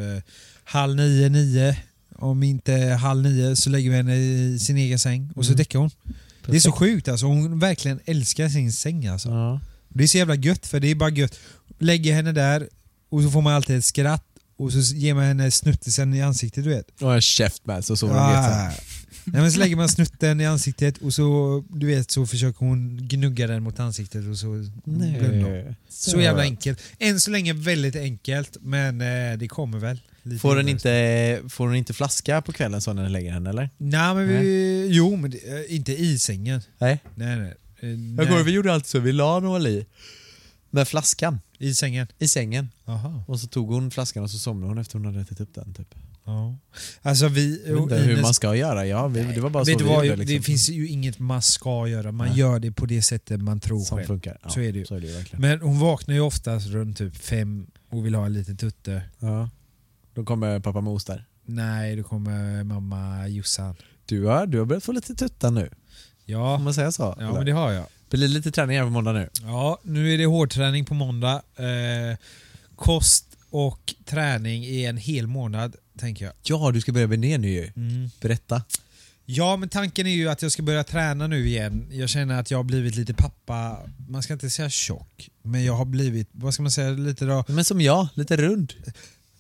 S4: halv nio, nio. Om inte halv nio så lägger vi henne i sin egen säng och så
S1: Mm.
S4: däckar hon. Det är så sjukt alltså. Hon verkligen älskar sin säng alltså.
S1: Ja.
S4: Det är så jävla gött för det är bara gött. Lägger henne där och så får man alltid ett skratt och så ger man henne snuttisen i ansiktet du vet.
S1: Och en käft med så sover hon gött sen.
S4: Ah. Nej, men så lägger man snutten i ansiktet och så, du vet, så försöker hon gnugga den mot ansiktet och så blundar hon. Så jävla enkelt. Än så länge väldigt enkelt, men eh, det kommer väl. Lite
S1: Får den
S4: vidare.
S1: inte, får den inte flaska på kvällen så när den lägger henne eller?
S4: Nej, men vi, jo, men det, eh, inte i sängen.
S1: Nej.
S4: Nej, nej. Eh,
S1: Jag
S4: nej.
S1: går, vi gjorde alltid så, vi la Noel i med flaskan
S4: I sängen.
S1: i sängen
S4: Jaha.
S1: och så tog hon flaskan och så somnade hon efter hon hade ätit upp den typ.
S4: Ja. Alltså vi...
S1: Jag vet inte
S4: Ines-
S1: hur man ska göra, ja, vi, det var bara så
S4: Vet
S1: vi
S4: du vad,
S1: gjorde liksom.
S4: det finns ju inget man ska göra. Man
S1: Nej.
S4: gör det på det sättet man tror
S1: som
S4: själv.
S1: funkar. Ja,
S4: Så är det ju.
S1: Så är det ju verkligen.
S4: Men hon vaknar ju oftast runt typ fem och vill ha en liten tutte.
S1: Ja. Då kommer pappa med ost där.
S4: Nej, då kommer mamma Jossan.
S1: Du har, du har börjat få lite tuttan nu, om
S4: Ja,
S1: man säger så.
S4: ja men det har jag.
S1: blir lite träning här på måndag nu.
S4: Ja, nu är det hårdträning på måndag. Eh, kost och träning i en hel månad, tänker jag.
S1: Ja, du ska börja bli ner nu ju. Berätta.
S4: Ja, men tanken är ju att jag ska börja träna nu igen. Jag känner att jag har blivit lite pappa, man ska inte säga tjock, men jag har blivit, vad ska man säga, lite då
S1: Men som jag, lite rund.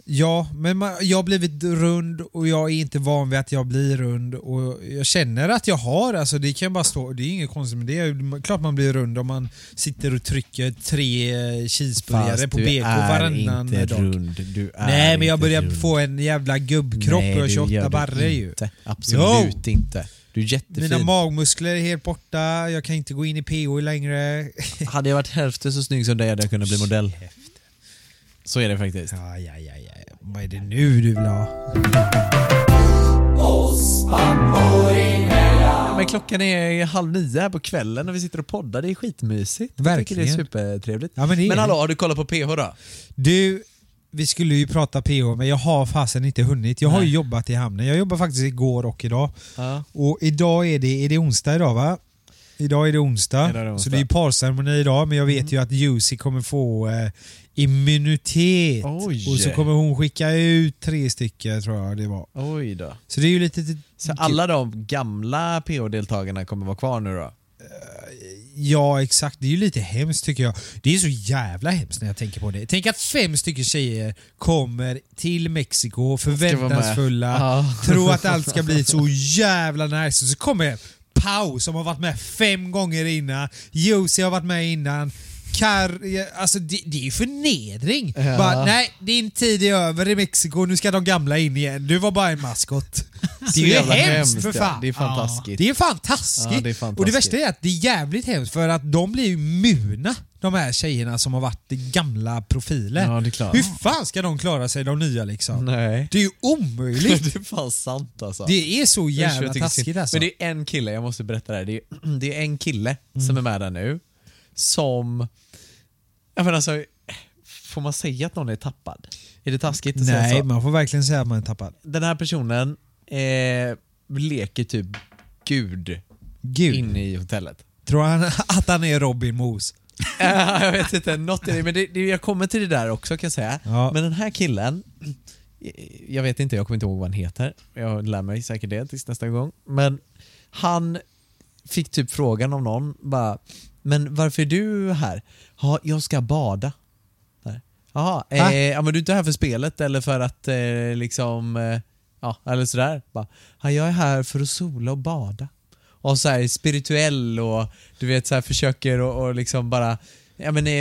S4: Ja, men man, jag har blivit rund och jag är inte van vid att jag blir rund. Och jag känner att jag har, alltså det kan bara stå, det är inget konstigt med det. Det är Klart man blir rund om man sitter och trycker tre eh, cheeseburgare på BK varannan
S1: du är inte
S4: dag.
S1: rund. Du är
S4: Nej, men jag
S1: inte
S4: börjar
S1: rund.
S4: få en jävla gubbkropp och jag har
S1: du gör
S4: 28
S1: det
S4: barre ju.
S1: inte. Absolut inte. Du är jättefin.
S4: Mina magmuskler är helt borta, jag kan inte gå in i PO längre.
S1: [LAUGHS] Hade jag varit hälften så snygg som dig hade jag kunnat bli modell. Så är det faktiskt.
S4: Ja, ja, ja, ja. Vad är det nu du vill ha?
S1: Ja, men klockan är halv nio här på kvällen och vi sitter och poddar. Det är skitmysigt. Jag
S4: Verkligen.
S1: tycker det är supertrevligt.
S4: Ja, men det är det.
S1: hallå, har du kollat på PH då?
S4: Du, vi skulle ju prata PH men jag har fasen inte hunnit. Jag har ju jobbat i hamnen. Jag jobbar faktiskt igår och idag.
S1: Ja.
S4: Och idag är det, är det onsdag idag va? Idag är det onsdag,
S1: Idag är det onsdag. Mm.
S4: så det är parceremoni idag men jag vet ju att Jussi kommer få eh, immunitet.
S1: Oj.
S4: Och så kommer hon skicka ut tre stycken tror jag det var.
S1: Oj då.
S4: Så det är ju lite...
S1: Så alla de gamla PH-deltagarna kommer vara kvar nu då?
S4: Ja exakt, det är ju lite hemskt tycker jag. Det är så jävla hemskt när jag tänker på det. Tänk att fem stycken tjejer kommer till Mexiko förväntansfulla,
S1: Ska [LAUGHS] vara med.
S4: tror att allt ska bli så jävla nice och så kommer Pau som har varit med fem gånger innan, Jussi har varit med innan, Kar, alltså det, det är ju förnedring. Bara, nej, din tid är över i Mexiko, nu ska de gamla in igen. Du var bara
S1: [LAUGHS]
S4: en maskot. Det är ju
S1: jävla
S4: hemskt,
S1: hemskt,
S4: för
S1: ja.
S4: fan.
S1: Det är fan taskigt.
S4: Det är fan taskigt.
S1: Ja, det är fan
S4: Och det
S1: taskigt.
S4: värsta är att det är jävligt hemskt för att de blir ju muna, de här tjejerna som har varit gamla profiler.
S1: Ja, det är klart.
S4: Hur fan ska de klara sig, de nya liksom?
S1: Nej.
S4: Det är ju omöjligt.
S1: [LAUGHS] Det är fan sant alltså.
S4: Det är så
S1: Usch,
S4: jävla
S1: jag tycker
S4: taskigt
S1: synd.
S4: alltså.
S1: Men det är en kille, jag måste berätta det här. Det är, [CLEARS THROAT] det är en kille som
S4: Mm.
S1: är med där nu som... Jag menar alltså, får man säga att någon är tappad? Är det taskigt att säga
S4: Nej,
S1: så? alltså-
S4: man får verkligen säga att man är tappad.
S1: Den här personen eh, leker typ Gud,
S4: Gud,
S1: inne i hotellet.
S4: tror han [LAUGHS] att han är Robin Moos?
S1: [LAUGHS] Eh, jag vet inte, något i det. Men det, det, jag kommer till det där också kan jag säga.
S4: Ja.
S1: Men den här killen, eh, jag vet inte, jag kommer inte ihåg vad han heter. Jag lär mig säkert det tills nästa gång. Men han fick typ frågan av någon, bara, men varför är du här? Ja, jag ska bada. Där. Jaha, eh,
S4: Va?
S1: ja, men du är inte här för spelet eller för att eh, liksom, eh, ja, eller sådär. Bara, ja, jag är här för att sola och bada. Och så här spirituell och du vet så här försöker och, och liksom bara, ja men eh,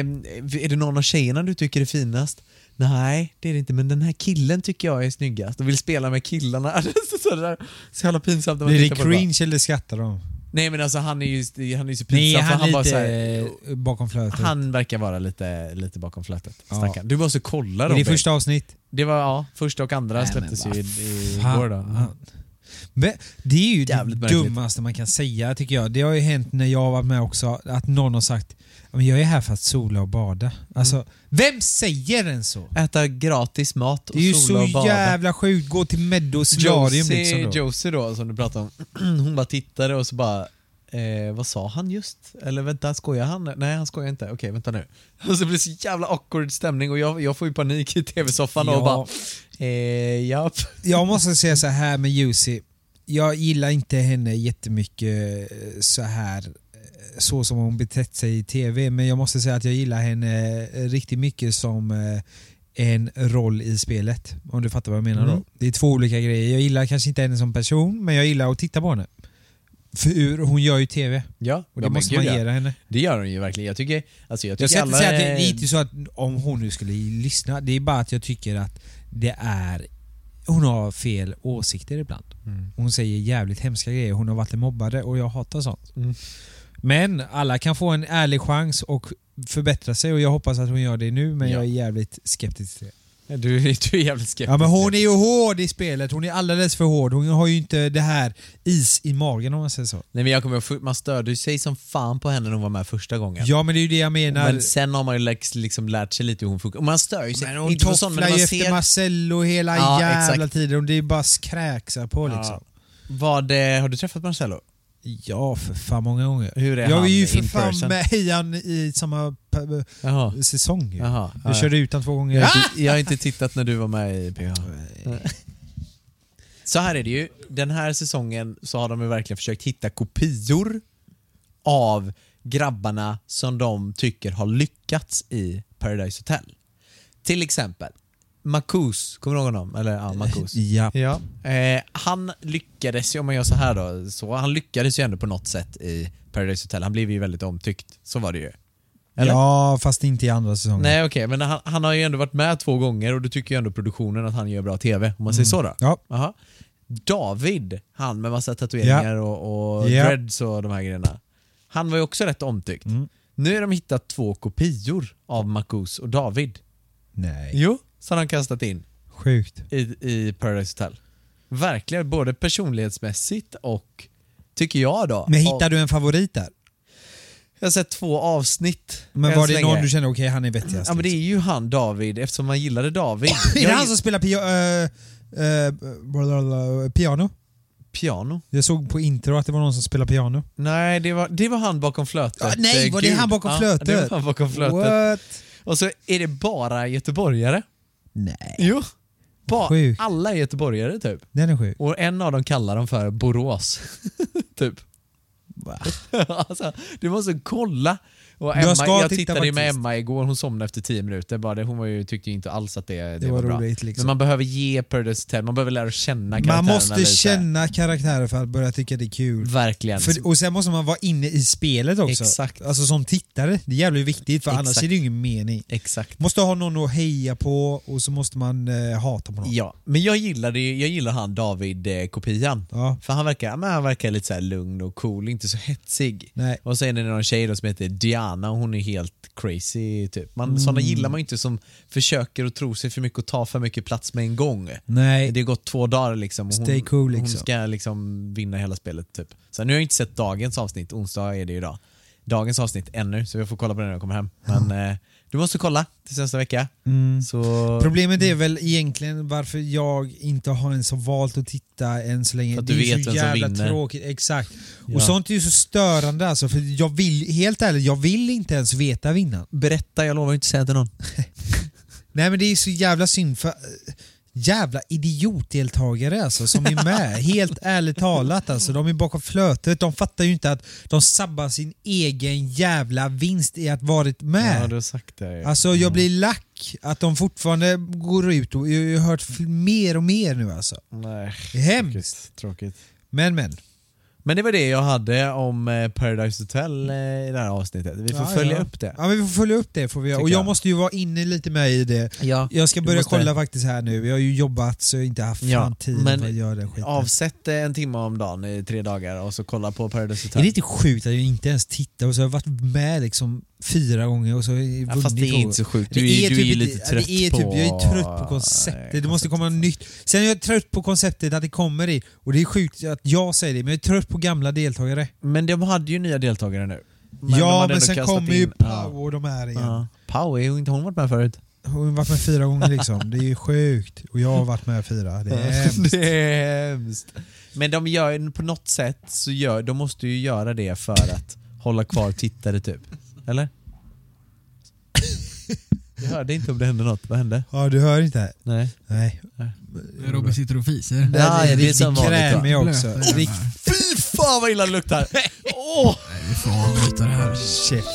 S1: är det någon av tjejerna du tycker är finast? Nej, det är det inte, men den här killen tycker jag är snyggast och vill spela med killarna. [LAUGHS] Det är så, där, så jävla pinsamt när man
S4: Blir det
S1: tittar på det. bara.
S4: cringe eller skrattar de?
S1: Nej men alltså han är ju, han är ju så
S4: Nej,
S1: pinsam för
S4: han,
S1: han, bara så här,
S4: lite bakom flötet.
S1: han verkar vara lite, lite bakom flötet.
S4: Ja.
S1: Stackarn. Du måste kolla
S4: är
S1: Robin.
S4: det första avsnitt?
S1: det var ja, första och andra
S4: Nej,
S1: släpptes ju
S4: men
S1: i,
S4: vad
S1: i
S4: fan.
S1: igår då. Mm.
S4: Men det är ju
S1: Jävligt
S4: det
S1: märkligt.
S4: dummaste man kan säga tycker jag. Det har ju hänt när jag har varit med också, att någon har sagt "Men jag är här för att sola och bada.
S1: Mm.
S4: Alltså, vem säger en så?
S1: Äta gratis mat och
S4: Det är ju
S1: sola
S4: så
S1: och bada.
S4: jävla sjukt. Gå till Meadowsolarium liksom då.
S1: Josie då, som du pratade om, [CLEARS THROAT] hon bara tittade och så bara Eh, vad sa han just? Eller vänta, skojar han? Nej, han skojar inte. Okej, vänta nu. [LAUGHS] Och så blir det så jävla awkward stämning och jag, jag får ju panik i tv-soffan och
S4: Ja.
S1: bara... Eh, ja. [LAUGHS]
S4: Jag måste säga så här med Jussi. Jag gillar inte henne jättemycket eh, så här eh, så som hon betett sig i tv men jag måste säga att jag gillar henne eh, riktigt mycket som eh, en roll i spelet. Om du fattar vad jag menar
S1: Mm.
S4: då. Det är två olika grejer. Jag gillar kanske inte henne som person men jag gillar att titta på henne. För hur- hon gör ju tv
S1: ja
S4: och det
S1: ja, men
S4: måste
S1: gud,
S4: man
S1: ja.
S4: ge henne.
S1: Det gör hon ju verkligen. Jag tycker, alltså jag tycker
S4: Jag ska inte
S1: alla
S4: säga att det,
S1: är-
S4: det är inte så att om hon nu skulle lyssna. Det är bara att jag tycker att det är... Hon har fel åsikter ibland.
S1: Mm.
S4: Hon säger jävligt hemska grejer. Hon har varit en mobbare och jag hatar sånt.
S1: Mm.
S4: Men alla kan få en ärlig chans och förbättra sig och jag hoppas att hon gör det nu men
S1: Ja.
S4: jag är jävligt skeptisk till det.
S1: Du, [LAUGHS] du är jävligt skeptisk.
S4: Ja men hon är ju hård i spelet. Hon är alldeles för hård. Hon har ju inte det här is i magen om man säger så.
S1: Nej men jag kommer ihåg, fu- man störde ju sig som fan på henne när hon var med första gången.
S4: Ja men det är ju det jag menar.
S1: Men sen har man ju läx- liksom lärt sig lite hur hon funkar. Och man stör ju sig.
S4: Men hon
S1: inte på sånt, men när
S4: tofflar ju
S1: man
S4: efter
S1: ser...
S4: Marcello hela
S1: Ja,
S4: jävla
S1: exakt.
S4: tiden och det är bara skräksar på liksom.
S1: Vad, det- har du träffat Marcello?
S4: Ja, för fan många gånger.
S1: Hur är
S4: jag
S1: han
S4: är ju för
S1: in
S4: fan
S1: person?
S4: med i han i samma p-
S1: Jaha.
S4: säsong ju.
S1: Jaha.
S4: Jag
S1: Ja.
S4: körde ut han två gånger.
S1: Jag, har inte, jag har inte tittat när du var med i PH. Så här är det ju. Den här säsongen så har de ju verkligen försökt hitta kopior av grabbarna som de tycker har lyckats i Paradise Hotel. Till exempel Marcus, kommer du ihåg honom? Eller ja, Marcus.
S4: Ja.
S1: Ja. Eh, han lyckades ju, om man gör så här då, så han lyckades ju ändå på något sätt i Paradise Hotel. Han blev ju väldigt omtyckt. Så var det ju.
S4: Mm.
S1: Eller?
S4: ja, fast inte i andra säsongen.
S1: Nej okej, men han, han har ju ändå varit med två gånger och då tycker ju ändå produktionen att han gör bra TV, om man säger så då.
S4: Mm. Ja.
S1: Aha. David, han med massa tatueringar och, och
S4: Ja.
S1: dreads och de här grejerna. Han var ju också rätt omtyckt.
S4: Mm.
S1: Nu har de hittat två kopior av Marcus och David.
S4: Nej.
S1: Jo, som de kastat in
S4: Sjukt.
S1: i, i Paradise Hotel. Verkligen, både personlighetsmässigt och, tycker jag då.
S4: Men
S1: av-
S4: hittar du en favorit där?
S1: Jag har sett två avsnitt
S4: Men
S1: än
S4: var
S1: så
S4: det
S1: länge.
S4: någon du kände, okej han är vettigast? liksom?
S1: Ja men det är ju han David, eftersom man gillade
S4: [LAUGHS]
S1: David.
S4: Är det
S1: Jag
S4: han som spelar pia- eh, eh, blablabla, piano?
S1: Piano?
S4: Jag såg på intro att det var någon som spelar piano.
S1: Nej, det var, det var han bakom flötet.
S4: Ah, nej,
S1: Eh,
S4: var det
S1: Gud.
S4: han bakom
S1: Ja,
S4: flötet?
S1: det var han bakom flötet.
S4: What?
S1: Och så är det bara göteborgare.
S4: Nej.
S1: Jo. Ba-
S4: Sjukt.
S1: alla är göteborgare typ.
S4: Den är sjuk.
S1: Och en av dem kallar dem för Borås. [LAUGHS] typ. [LAUGHS] alltså, du måste kolla. Och Emma,
S4: Jag
S1: jag,
S4: ska titta
S1: tittade ju med
S4: faktiskt.
S1: Emma igår, hon somnade efter 10 minuter. Bara det, hon var ju, tyckte ju inte alls att det, det,
S4: Det
S1: var,
S4: var roligt,
S1: bra.
S4: liksom.
S1: Men man behöver ge Paradise Hotel, man behöver lära känna
S4: Man
S1: karaktärerna
S4: måste
S1: lite.
S4: känna karaktärer för att börja tycka det är kul.
S1: Verkligen.
S4: För, och sen måste man vara inne i spelet också.
S1: Exakt.
S4: Alltså som tittare. Det är jävligt viktigt för annars
S1: Exakt.
S4: är det ju ingen mening.
S1: Exakt.
S4: Måste ha någon att heja på och så måste man eh, hata på någon.
S1: Ja, men jag gillade ju- jag gillar han David-kopian.
S4: Ja.
S1: För han verkar, ja, men han verkar lite så här lugn och cool, inte så hetsig.
S4: Nej.
S1: Och så är det någon tjej då som heter Diana och hon är helt crazy typ. Man,
S4: Mm.
S1: Sådana gillar man ju inte som försöker att tro sig för mycket och ta för mycket plats med en gång.
S4: Nej.
S1: Det har gått två dagar liksom. och
S4: Stay cool,
S1: Hon
S4: liksom.
S1: ska liksom vinna hela spelet typ. Så nu har jag inte sett dagens avsnitt, onsdag är det ju idag. Dagens avsnitt ännu, så jag får kolla på det när jag kommer hem. Men eh, du måste kolla till nästa vecka. Så...
S4: Mm.
S1: Mm.
S4: Problemet är väl egentligen varför jag inte har ens har valt att titta än så länge.
S1: För att du
S4: det är ju
S1: vet
S4: så
S1: vem som
S4: jävla
S1: vinner.
S4: tråkigt. Exakt.
S1: Ja.
S4: Och sånt är ju så störande alltså. För jag vill, helt ärligt, jag vill inte ens veta vinnaren.
S1: Berätta, jag lovar att inte säga till någon.
S4: Nej men det är så jävla synd för eh, jävla idiotdeltagare alltså som är med.
S1: [LAUGHS]
S4: Helt ärligt talat alltså. De är bakom flötet. De fattar ju inte att de sabbar sin egen jävla vinst i att varit med.
S1: Ja, du har sagt det. Mm.
S4: Alltså jag blir lack att de fortfarande går ut och jag har hört fl- mer och mer nu alltså.
S1: Nej,
S4: Det är hemskt.
S1: tråkigt, tråkigt.
S4: Men men.
S1: Men det var det jag hade om eh, Paradise Hotel eh, i det här avsnittet. Vi får
S4: Ja,
S1: följa
S4: ja.
S1: upp det.
S4: Ja men vi får följa upp det får vi göra.
S1: Tycker
S4: Och jag
S1: jag.
S4: måste ju vara inne lite med i det.
S1: Ja.
S4: Jag ska
S1: Du
S4: börja
S1: måste-
S4: kolla faktiskt här nu. Jag har ju jobbat så jag har inte haft
S1: Ja,
S4: fan tid
S1: men
S4: för att göra den skiten.
S1: Avsätt eh, en timme om dagen i tre dagar och så kolla på Paradise
S4: Är
S1: Hotel.
S4: det typ inte sjukt att jag inte ens tittar och så har jag varit med liksom fyra gånger och så har jag vunnit
S1: ja, fast det är
S4: gånger.
S1: inte så sjukt.
S4: Det
S1: Du är, du är
S4: typ
S1: lite
S4: inte- ja,
S1: trött
S4: det är typ,
S1: på...
S4: Jag är trött på konceptet. Det måste komma något nytt. Sen är jag trött på konceptet att det kommer i. Och det är sjukt att jag säger det, men jag är trött på gamla deltagare.
S1: Men de hade ju nya deltagare nu. de hade
S4: ja,
S1: ändå
S4: men sen
S1: kastat
S4: kommer ju
S1: in-
S4: Pau och de här
S1: Ja.
S4: igen.
S1: Ja. Pau, har ju inte hon varit med förut?
S4: Hon har varit med fyra gånger liksom. Det är ju sjukt. Och jag har varit med fyra. Det är
S1: [LAUGHS]
S4: hemskt.
S1: Det är hemskt. Men de gör, på något sätt så gör, de måste ju göra det för att hålla kvar tittare typ. Eller? Jag hörde inte om det hände något. Vad hände?
S4: Ja, du hör inte?
S1: Nej.
S4: Nej.
S5: Eh, Robin sitter och fiser.
S1: Ja, ja, det är
S4: riktigt
S1: som vanligt, va?
S4: krämig också.
S5: Blöta
S4: Rikt-
S5: jävlar.
S1: Fy fan vad illa det luktar! Åh!
S5: Nej, vi får avbryta det här.
S4: Shit.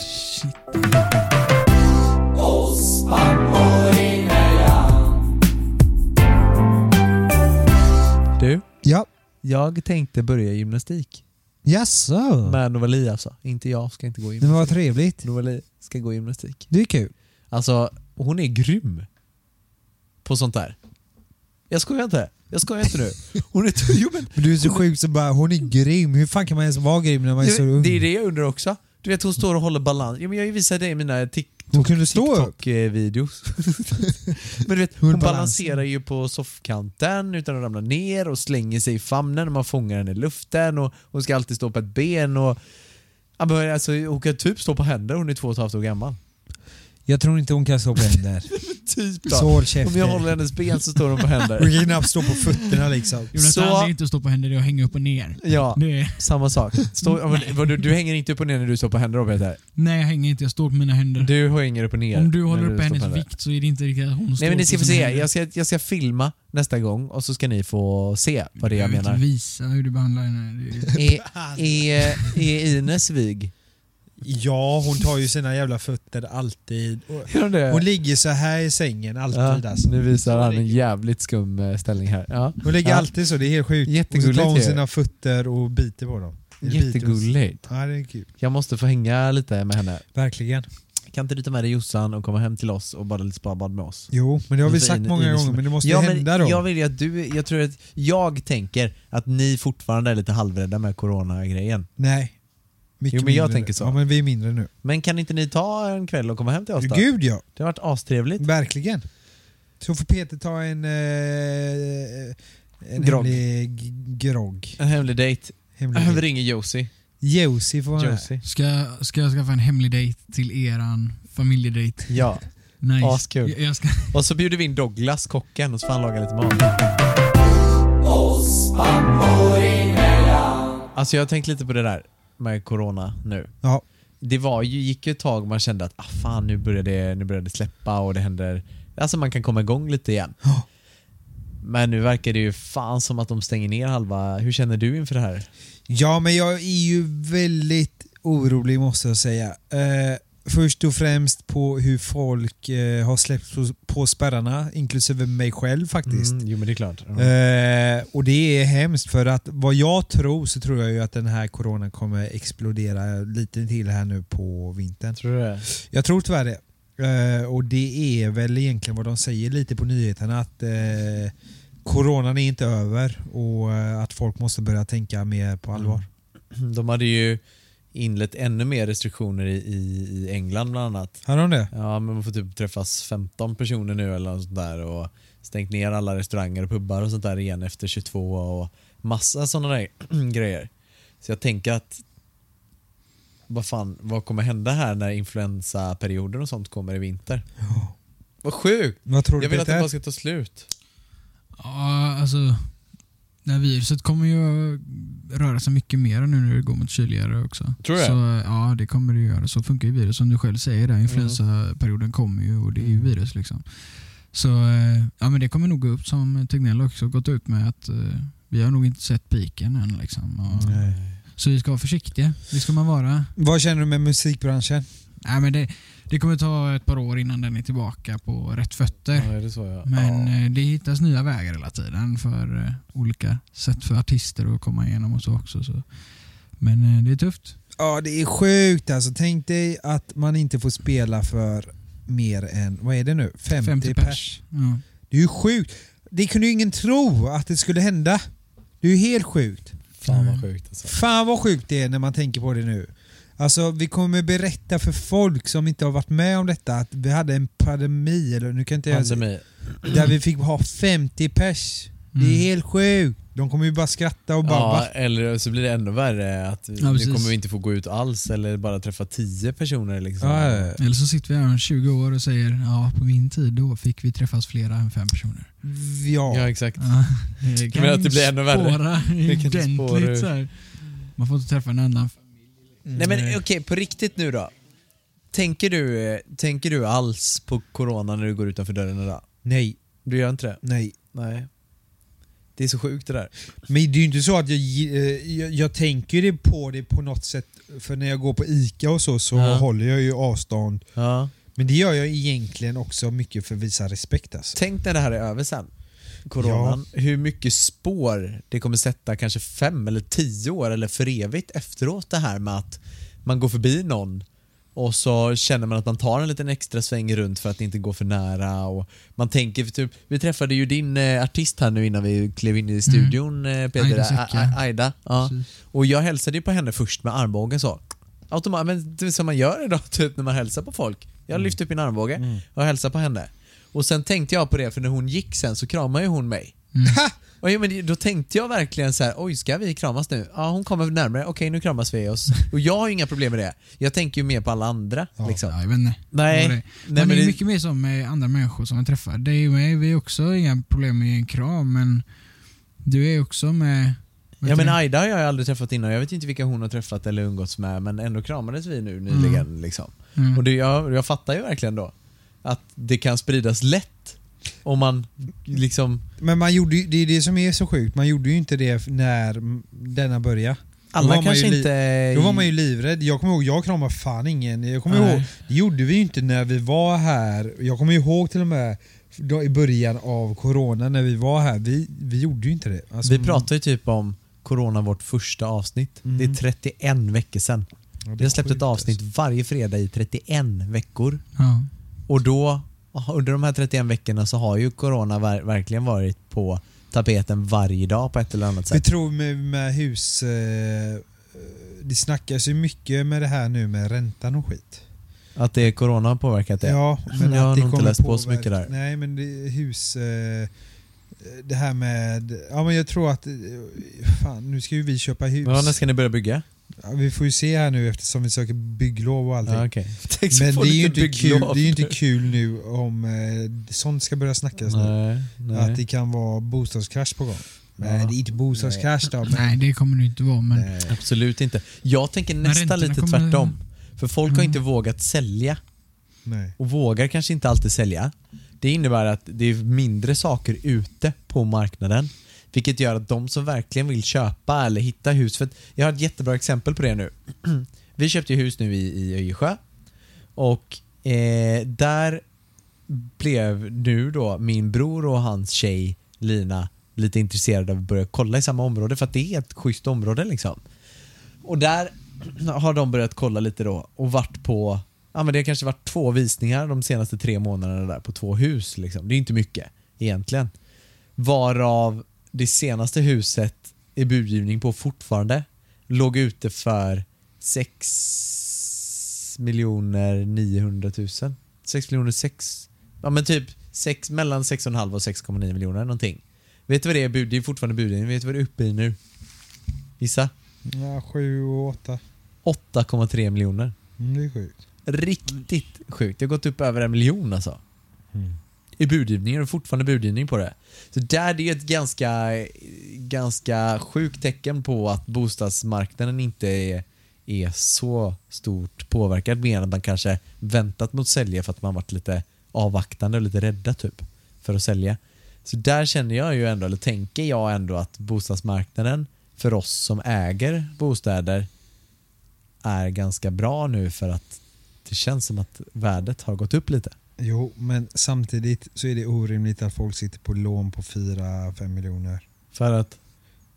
S1: Du,
S4: Ja.
S1: jag tänkte börja gymnastik.
S4: Jaså?
S1: Med Novali alltså. Inte jag ska inte gå
S4: Det
S1: gymnastik.
S4: var trevligt.
S1: Novali ska gå gymnastik.
S4: Det är kul.
S1: Alltså, hon är grym. På sånt där. Jag skojar inte. Jag skojar inte nu. Hon är... Jo men
S4: Men du är så sjuk så bara, hon är grym. Hur fan kan man ens vara grym när man är
S1: Jag
S4: så
S1: vet-
S4: ung?
S1: Det är det jag undrar också. Du vet hon står och håller balans. Ja, men jag visade dig mina tik-
S4: Hon kunde stå upp.
S1: TikTok-videos.
S4: [LAUGHS]
S1: men du vet,
S4: Hon
S1: hon,
S4: balans-
S1: balanserar ju på soffkanten utan att ramla ner och slänger sig i famnen när man fångar henne i luften och hon ska alltid stå på ett ben och Ja, men Alltså, hon kan typ stå på händer, hon är två och ett halvt år gammal.
S4: Jag tror inte hon kan stå
S1: [LAUGHS]
S4: på händer.
S1: Typ då.
S4: Så håll
S1: Om jag håller
S4: käften.
S1: hennes ben så står hon på händer.
S4: [LAUGHS] Hon kan knappt stå på fötterna liksom.
S5: Jonathan,
S1: Så-
S5: det är inte att stå på händer, det är att hänga upp och ner.
S1: Ja,
S5: Det är,
S1: samma sak. Stå, ja, men, vadå, du hänger inte upp och ner när du står på händer då Peter?
S5: nej, jag hänger inte, jag står på mina händer.
S1: Du hänger upp och ner.
S5: Mm. Om du
S1: när
S5: håller
S1: står
S5: uppe hennes
S1: händer.
S5: vikt så är det inte riktigt att hon står
S1: Nej men ni ska
S5: på
S1: få
S5: sina
S1: se.
S5: händer.
S1: Jag ska, jag ska filma nästa gång och så ska ni få se vad det är jag [LAUGHS]
S5: behöver
S1: menar.
S5: inte visa hur du behandlar henne. Det är-
S1: Är, är, är Ines vig?
S4: Ja, hon tar ju sina jävla fötter alltid. Och
S1: Gör hon det?
S4: Hon ligger så här i sängen alltid
S1: Eh. ja,
S4: alltså.
S1: nu visar han en jävligt skum eh, ställning här. Ja.
S4: Hon ligger
S1: Ja.
S4: alltid så, det är helt sjukt. Och så
S1: Jättegulligt
S4: tar hon
S1: ju.
S4: sina fötter och biter på dem. Eller biter.
S1: Jättegulligt.
S4: Ja, det är kul.
S1: Jag måste få hänga lite med henne.
S4: Verkligen.
S1: Kan inte du ta med dig Jossan och komma hem till oss och bara lite spa-bad med oss?
S4: Jo, men det har vi
S1: Lite
S4: sagt
S1: in-
S4: många
S1: in i
S4: gånger,
S1: sm-
S4: men det måste
S1: ja,
S4: ju
S1: men
S4: hända då.
S1: Jag vill ju att du, jag tror att jag tänker att ni fortfarande är lite halvrädda med corona-grejen.
S4: Nej. Mycket
S1: Jo, men jag
S4: mindre.
S1: tänker så.
S4: Ja, men vi är mindre nu.
S1: Men kan inte ni ta en kväll och komma hem till oss då?
S4: Gud ja,
S1: Det har varit astrevligt.
S4: verkligen. Så får Peter ta en... Eh, en
S1: Grogg.
S4: hemlig g- grogg.
S1: En hemlig dejt. Vi
S4: Hemlig
S1: ringer Josie.
S4: Josie får vara med.
S1: Josie.
S5: Ska, ska jag skaffa en hemlig dejt till eran familjedejt?
S1: Ja.
S5: Nice.
S1: Askul.
S5: Jag, jag ska,
S1: Och så bjuder vi in Douglas, kocken, och så får han laga lite mat. Alltså jag har tänkt lite på det där med corona nu.
S4: Ja.
S1: Det var ju, gick ju ett tag man kände att ah, fan, nu börjar det, nu börjar det släppa och det händer... Alltså man kan komma igång lite igen.
S4: Ja.
S1: Men nu verkar det ju fan som att de stänger ner halva... Hur känner du inför det här?
S4: Ja, men jag är ju väldigt orolig måste jag säga. Eh, först och främst på hur folk eh, har släppt på, på spärrarna, inklusive mig själv faktiskt.
S1: Mm, jo men det är klart. Ja. Mm.
S4: Eh, och det är hemskt för att vad jag tror så tror jag ju att den här coronan kommer explodera lite till här nu på vintern.
S1: Tror du det?
S4: Jag tror tyvärr det. Eh, och det är väl egentligen vad de säger lite på nyheterna att eh, coronan är inte över och eh, att folk måste börja tänka mer på allvar.
S1: Mm. [CLEARS THROAT] De hade ju inlett ännu mer restriktioner i, i, i England bland annat.
S4: Hör de det?
S1: Ja, men man får typ träffas 15 personer nu eller något sånt där och stängt ner alla restauranger och pubbar och sånt där igen efter 22 och massa sådana där [CLEARS THROAT] grejer. Så jag tänker att vad fan, vad kommer hända här när influensaperioden och sånt kommer i vinter? Vad sjukt!
S4: Vad tror
S1: Jag
S4: du
S1: vill att det
S4: Peter?
S1: bara ska ta slut.
S5: ja, alltså, det här viruset kommer ju röra sig mycket mer nu när det går mot kyligare också.
S1: Tror du det? Mm.
S5: Så, ja, det kommer det ju göra. Så funkar ju virus som du själv säger. Där. Influensaperioden kommer ju och det är ju virus. liksom. Så eh, ja, men det kommer nog gå upp som Tegnell också gått ut med att eh, vi har nog inte sett piken än. Liksom. Och, så vi ska vara försiktiga. Det ska man vara.
S4: Vad känner du med musikbranschen?
S5: Nej, men det, det kommer ta ett par år innan den är tillbaka på rätt fötter.
S1: är det så ja?
S5: Men eh, det hittas nya vägar hela tiden för eh, olika sätt för artister att komma igenom och så också. Så. Men eh, det är tufft.
S4: Ja, det är sjukt alltså. Tänk dig att man inte får spela för mer än, vad är det nu? 50,
S5: 50
S4: pers.
S5: pers. Ja.
S4: Det är ju sjukt. Det kunde ju ingen tro att det skulle hända. Det är ju helt sjukt.
S1: Fan
S5: Mm.
S1: vad sjukt alltså.
S4: Fan vad sjukt det är när man tänker på det nu. Alltså vi kommer berätta för folk som inte har varit med om detta att vi hade en pandemi, eller nu kan inte jag säga,
S1: Pandemi.
S4: där vi fick ha 50 pers. Det är
S5: Mm.
S4: helt sjukt. De kommer ju bara skratta och bara
S1: Ja,
S4: "Va?"
S1: eller så blir det ännu värre att nu
S5: precis.
S1: kommer vi inte få gå ut alls eller bara träffa 10 personer liksom.
S4: Ja, ja, ja.
S5: Eller så sitter vi här om 20 år och säger ja, på min tid då fick vi träffas flera än fem personer.
S4: Ja.
S1: ja exakt.
S5: Ja, det
S1: menar att [LAUGHS] det blir ännu värre?
S5: Spåra
S1: kan inte
S5: ordentligt.
S1: spåra ur.
S5: så här. Man får inte träffa en annan.
S1: Nej men
S4: Mm.
S1: okej, på riktigt nu då. Tänker du, eh, tänker du alls på corona när du går utanför dörren idag?
S4: Nej,
S1: Du gör inte det?
S4: nej.
S1: Nej. Det är så sjukt det där.
S4: Men det är ju inte så att jag, eh, jag, jag tänker ju på det på något sätt. För när jag går på ICA och så, så
S1: Ja.
S4: håller jag ju avstånd.
S1: Ja.
S4: Men det gör jag egentligen också mycket för att visa respekt alltså.
S1: Tänk när det här är över sen. Coronan. Hur mycket spår det kommer sätta kanske fem eller tio år eller för evigt efteråt det här med att man går förbi någon och så känner man att man tar en liten extra sväng runt för att inte gå för nära. Och man tänker, för typ, vi träffade ju din eh, artist här nu innan vi klev in i studion eh, Peter.
S5: Aida
S1: Aida.
S5: Säcke.
S1: Aida ja.
S5: Precis.
S1: Och jag hälsade ju på henne först med armbågen så. Automat, men det är som man gör idag [LAUGHS] typ när man hälsar på folk. Jag
S5: Mm.
S1: lyfte upp min armbåge och hälsade på henne. Och sen tänkte jag på det, för när hon gick sen så kramade ju hon mig.
S5: Mm.
S1: [LAUGHS] Och ja, men det- då tänkte jag verkligen så här: oj ska vi kramas nu? Ja hon kommer närmare, okej nu kramas vi. Och,
S5: [LAUGHS]
S1: s- och jag har ju inga problem med det. Jag tänker ju mer på alla andra. Liksom.
S5: Ja, jag vet inte.
S1: Nej.
S5: Vad det är.
S1: Nej,
S5: Man
S1: men
S5: är
S1: det-
S5: ju mycket mer som med andra människor som man träffar. Det är ju med, vi har också inga problem med en kram men du är också med... vad
S1: Ja
S5: heter
S1: men
S5: det?
S1: Aida har jag aldrig träffat innan, jag vet inte vilka hon har träffat eller umgåtts med men ändå kramades vi nu nyligen. Liksom.
S5: Mm.
S1: Och det, jag, jag fattar ju verkligen då att det kan spridas lätt om man liksom
S4: Men man gjorde ju, det är det som är så sjukt, man gjorde ju inte det när m- denna började. Då var
S1: Alla
S4: man
S1: kanske
S4: ju li-
S1: inte...
S4: Då var man ju livrädd. Jag kommer ihåg, jag kramade fan ingen. Jag kommer
S1: Nej.
S4: ihåg, det gjorde vi ju inte när vi var här. Jag kommer ihåg till och med då i början av corona när vi var här. Vi, vi gjorde ju inte det. Alltså,
S1: Mm. Vi pratar ju typ om Corona vårt första avsnitt. Det är 31 veckor sedan.
S4: Ja,
S1: Vi har släppt
S4: sjukt, alltså.
S1: ett avsnitt varje fredag i 31 veckor.
S5: Ja.
S1: Och då, under de här 31 veckorna så har ju corona ver- verkligen varit på tapeten varje dag på ett eller annat
S4: Vi
S1: sätt.
S4: tror med, med hus... Eh, det snackas ju mycket med det här nu med räntan och skit.
S1: Att det är corona har påverkat det.
S4: Ja, men
S1: Jag har
S4: att det
S1: nog inte
S4: kommer
S1: läst på så
S4: påverka-
S1: mycket där.
S4: Nej, men det, hus... Eh, det här med... Ja, men jag tror att... eh, Fan, nu ska ju vi köpa hus.
S1: Men när ska ni börja bygga?
S4: Ja, vi får ju se här nu eftersom vi söker bygglov och allting.
S1: Ja, okej. Tänk så
S4: Men det
S1: få
S4: är, ju
S1: lite
S4: inte kul,
S1: bygglov.
S4: det är ju inte kul nu om eh, sånt ska börja snackas nu.
S1: Nej,
S4: Att
S1: nej.
S4: det kan vara bostadskrasch på gång. Nej,
S1: Ja.
S4: det är inte bostadskrasch då. Men, Eh,
S5: Nej, det kommer det inte vara. Men,
S4: nej.
S1: Absolut inte. Jag tänker
S5: men
S1: nästan
S5: räntorna
S1: lite
S5: kommer-
S1: tvärtom. För folk har
S5: Mm.
S1: inte vågat sälja
S4: Nej.
S1: och vågar kanske inte alltid sälja. Det innebär att det är mindre saker ute på marknaden. Vilket gör att de som verkligen vill köpa eller hitta hus. För att jag har ett jättebra exempel på det nu. [CLEARS THROAT] Vi köpte ju hus nu i, i Öjersjö. Och eh, där blev nu då min bror och hans tjej Lina lite intresserade av att börja kolla i samma område för att det är ett schysst område liksom. Och där har de börjat kolla lite då och varit på, ja men det har kanske varit två visningar de senaste tre månaderna där på två hus liksom. Det är inte mycket egentligen. Varav det senaste huset i budgivning på fortfarande låg ute för 6 miljoner 900 000. 6 miljoner 6, ja men typ sex mellan 6,5 och 6,9 miljoner någonting. Vet du vad det är? Bud, det är fortfarande budgivning. Vet du vad det är uppe i nu? Gissa?
S4: Ja, sju och åtta.
S1: 8,3 miljoner.
S4: Mm, det är sjukt.
S1: Riktigt sjukt. Det har gått upp över en miljon alltså. I budgivningen och fortfarande budgivning på det. Så där det är ju ett ganska, ganska sjukt tecken på att bostadsmarknaden inte är, är så stort påverkad mer än att man kanske väntat mot sälja för att man varit lite avvaktande och lite rädda typ för att sälja. Så där känner jag ju ändå, eller tänker jag ändå att bostadsmarknaden för oss som äger bostäder är ganska bra nu för att det känns som att värdet har gått upp lite.
S4: Jo, men samtidigt så är det orimligt att folk sitter på lån på 4-5 miljoner.
S1: För att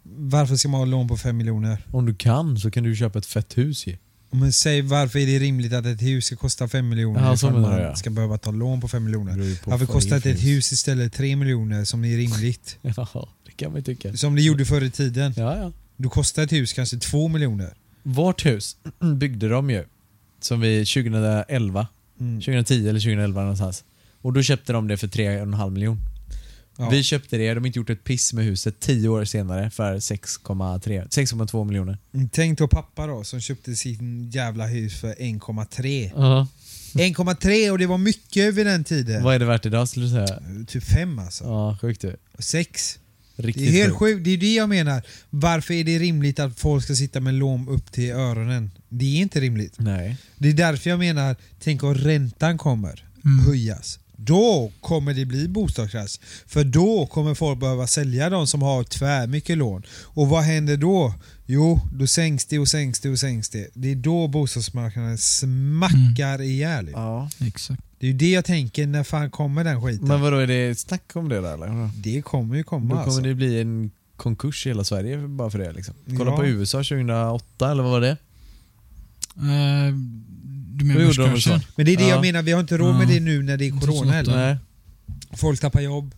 S4: Varför ska man ha lån på 5 miljoner?
S1: om du kan så kan du köpa ett fett hus ju.
S4: Men säg varför är det rimligt att ett hus ska kosta 5 miljoner
S1: Ja, så
S4: ifall
S1: menar
S4: man
S1: jag.
S4: ska behöva ta lån på 5 miljoner?
S1: beror ju på
S4: Varför
S1: vad
S4: kostar
S1: det är
S4: inte
S1: för
S4: ett hus istället 3 miljoner som är rimligt?
S1: [LAUGHS] Ja, det kan man ju tycka.
S4: Som det gjorde förr i tiden.
S1: Ja, ja.
S4: Då kostar ett hus kanske 2 miljoner.
S1: Vårt hus [CLEARS THROAT] byggde de ju som vi 2011,
S4: Mm.
S1: 2010 eller 2011 någonstans. Och då köpte de det för 3,5 miljon.
S4: Ja.
S1: Vi köpte det, de har inte gjort ett piss med huset, 10 år senare för 6,3 6,2 miljoner.
S4: Mm, Tänk då pappa då som köpte sin jävla hus för 1,3. 1,3 och det var mycket vid den tiden.
S1: Vad är det värt idag skulle du säga?
S4: Typ 5 alltså.
S1: Ja, sjukt du.
S4: 6.
S1: Riktigt
S4: Det är helt sjukt. Det är det jag menar. Varför är det rimligt att folk ska sitta med lån upp till öronen? Det är inte rimligt.
S1: Nej.
S4: Det är därför jag menar, tänk om räntan kommer
S1: Mm.
S5: Mm,
S4: höjas. Då kommer det bli bostadskrasch. För då kommer folk behöva sälja de som har tvärmycket lån. Och vad händer då? Jo, då sänks det och sänks det och sänks det. Det är då bostadsmarknaden smackar
S1: Mm.
S4: ihjäl.
S1: Ja.
S5: Exakt.
S4: Det är ju det jag tänker, när fan kommer den skiten?
S1: Men vadå, är det snack om det där eller?
S4: det kommer ju komma
S1: Då kommer
S4: alltså.
S1: det bli en konkurs i hela Sverige bara för det. Liksom. Kolla
S4: Ja.
S1: på USA 2008 eller vad var det?
S5: Eh, du menar
S1: Då gjorde de väl
S5: börskraschen?
S4: Men det är det
S1: Ja.
S4: jag menar, vi har inte råd med
S5: Ja.
S4: det nu när det är corona
S5: Tusen
S4: heller.
S1: Nej.
S4: Folk tappar jobb.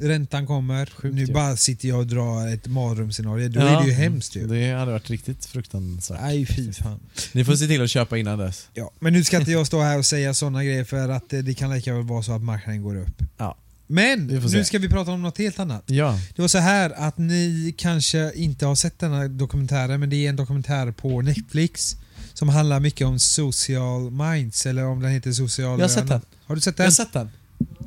S4: Räntan kommer.
S1: Sjukt
S4: nu
S1: ju.
S4: bara sitter jag och drar ett mardrömsscenario. Då
S1: Ja.
S4: är det ju hemskt ju. Äh.
S1: Det hade varit riktigt fruktansvärt.
S4: Nej, fy fan.
S1: Ni får se till att köpa innan dess.
S4: Ja, men nu ska inte jag stå här och säga sådana grejer för att eh, det kan lika väl vara så att marknaden går upp.
S1: Ja.
S4: Men
S1: Vi får
S4: nu
S1: se.
S4: ska vi prata om något helt annat.
S1: Ja.
S4: Det var så här att ni kanske inte har sett denna dokumentären men det är en dokumentär på Netflix som handlar mycket om social minds eller om den heter social...
S1: Jag har sett den.
S4: Har du sett
S1: Jag
S4: den?
S1: har sett den.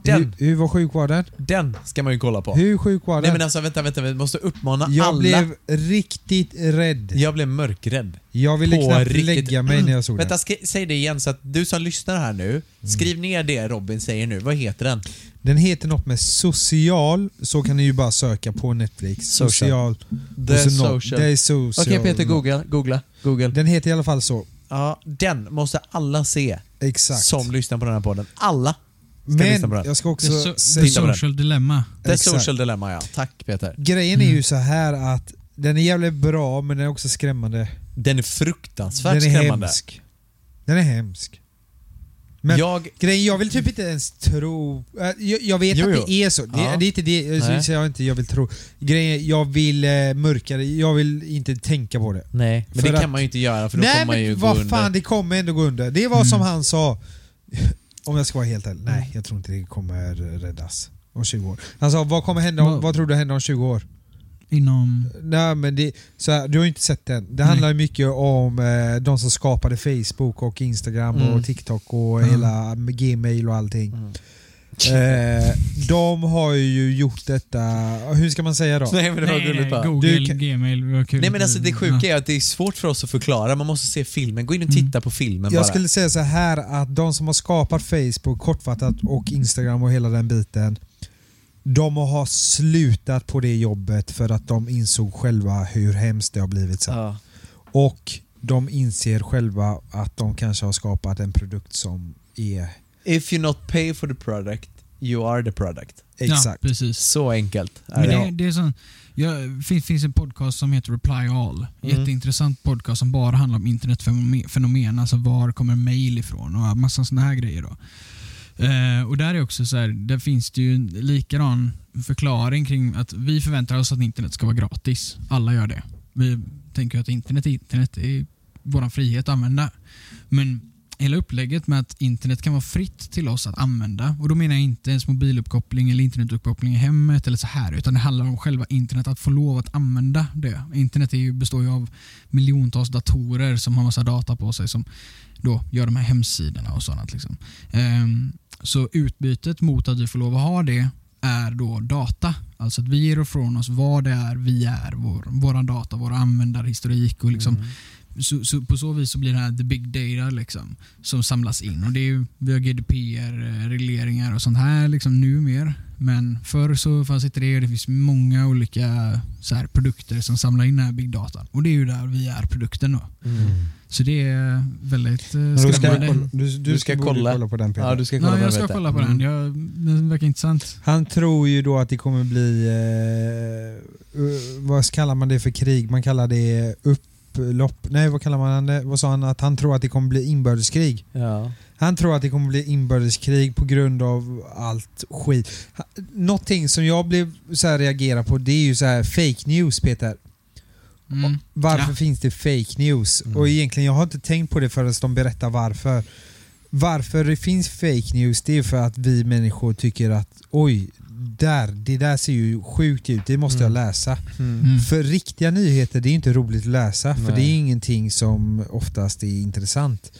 S1: Den,
S4: Hur, hur var sjuk var den?
S1: den ska man ju kolla på.
S4: Hur sjuk var den?
S1: Nej men alltså vänta, vänta, vi måste uppmana
S4: jag
S1: alla.
S4: blev riktigt rädd.
S1: Jag blev mörkrädd.
S4: Jag ville
S1: På
S4: knappt
S1: riktigt.
S4: lägga mig när jag såg
S1: Vänta, skri- säg det igen så att du som lyssnar här
S4: Mm.
S1: nu, skriv ner det Robin säger nu. Vad heter den?
S4: den. Den heter något med social, så kan ni ju bara söka på Netflix.
S1: Social.
S4: Social.
S1: The
S4: och så något.
S1: Social.
S4: Det är social.
S1: Okej Peter, googla. Googla. Google.
S4: Den heter i alla fall så.
S1: Ja, den måste alla se
S4: Exakt.
S1: som lyssnar på den här podden. Alla ska lyssna på
S4: Men
S1: den.
S4: jag ska
S5: The,
S4: också
S5: so-
S4: säga...
S5: the
S1: titta på den.
S5: social dilemma.
S1: The
S4: Exakt.
S1: Social Mm. Dilemma ja. Tack Peter.
S4: Grejen är ju så här att den är jävligt bra men den är också skrämmande.
S1: Den är fruktansvärt
S4: Den är
S1: skrämmande.
S4: hemsk. Den är hemsk. Men
S1: Jag,
S4: grejen, jag vill typ inte ens tro... äh, Jag, jag vet
S1: Mm. Jo,
S4: att
S1: jo.
S4: det är så. Det,
S1: Ja.
S4: det är inte det så
S1: Nej.
S4: säger jag inte jag vill tro. Grejen, jag vill eh, mörka det. Jag vill inte tänka på det.
S1: nej, men
S4: För
S1: det
S4: att-
S1: kan man ju inte göra för då
S4: Nej
S1: kommer man ju
S4: men
S1: gå
S4: vad
S1: under. Mm.
S4: fan, det kommer ändå gå under. Det var som han sa. [LAUGHS] Om jag ska vara helt ärlig. Nej, jag tror inte det kommer räddas om 20 år. Han sa, vad kommer hända om,
S5: Vad-
S4: vad tror du händer om 20 år?
S5: Inom...
S4: Nej men det, så här, du har ju inte sett den. Det handlar ju mycket om eh, de som skapade Facebook och Instagram
S1: Mm.
S4: och TikTok och
S5: Mm.
S4: hela Gmail och allting. Eh, de har ju gjort detta, hur ska man säga då?
S1: [LAUGHS] Nej men det var gulligt bara.
S5: Google,
S4: Du kan-
S5: Gmail, vad kul.
S1: Nej men alltså det sjuka
S5: Ja.
S1: är att det är svårt för oss att förklara, man måste se filmen. Gå in och titta på filmen bara.
S4: Mm. Jag skulle säga så här att de som har skapat Facebook kortfattat och Instagram och hela den biten. De har slutat på det jobbet för att de insåg själva hur hemskt det har blivit. Sen.
S1: Ja.
S4: Och de inser själva att de kanske har skapat en produkt som är
S1: If you not pay for the product, you are the product.
S4: exakt.
S5: Ja, precis.
S1: Så enkelt är
S5: Men
S1: det.
S5: det, det är sån, jag, finns, finns en podcast som heter Reply All. Jätteintressant podcast som bara handlar om internetfenomen. Alltså var kommer mail ifrån och massa såna här grejer. Då. Eh, och där är också så här, där finns det ju en likadan förklaring kring att vi förväntar oss att internet ska vara gratis. Alla gör det. Vi tänker att internet är internet. Det är vår frihet att använda. Men hela upplägget med att internet kan vara fritt till oss att använda. Och då menar jag inte ens mobiluppkoppling eller internetuppkoppling i hemmet eller så här. Utan det handlar om själva internet, att få lov att använda det. Internet är ju, består ju av miljontals datorer som har massa data på sig som då gör de här hemsidorna och sådant. Liksom. Ehm, så utbytet mot att vi får lov att ha det är då data. Alltså att vi ger ifrån oss vad det är vi är, vår, våran data, vår användarhistorik och liksom så, så på så vis så blir det här the big data liksom, som samlas in. Och det är ju, vi har GDPR-regleringar eh, och sånt här liksom, numera. Men förr så fanns inte det. Det finns många olika så här, produkter som samlar in den här big datan. Och det är ju där vi är produkten. Då.
S1: Mm.
S5: Så det är väldigt eh,
S4: Mm. Du ska,
S5: skrämmande.
S4: kolla- du, du,
S1: Du ska
S4: borde
S1: kolla.
S4: kolla på den Peter.
S1: Ja, du ska kolla
S5: Ja,
S1: på den,
S5: jag ska
S1: vet Mm.
S5: kolla på den. Jag, den verkar intressant.
S4: Han tror ju då att det kommer bli, eh, eh, vad kallar man det för krig? Man kallar det upplopp. Nej, vad kallar man det? Vad sa han? Att han tror att det kommer bli inbördeskrig.
S1: Ja.
S4: Han tror att det kommer bli inbördeskrig på grund av allt skit. Ha- Någonting som jag blev så här reagerar på det är ju så här fake news Peter.
S5: Mm.
S4: Varför
S5: Ja.
S4: finns det fake news?
S1: Mm.
S4: Och egentligen, jag har inte tänkt på det förrän de berättar varför. Varför det finns fake news, det är för att vi människor tycker att oj, där, det där ser ju sjukt ut, det måste jag läsa.
S5: Mm.
S4: För riktiga nyheter, det är inte roligt att läsa, för
S1: Nej.
S4: det är ingenting som oftast är intressant.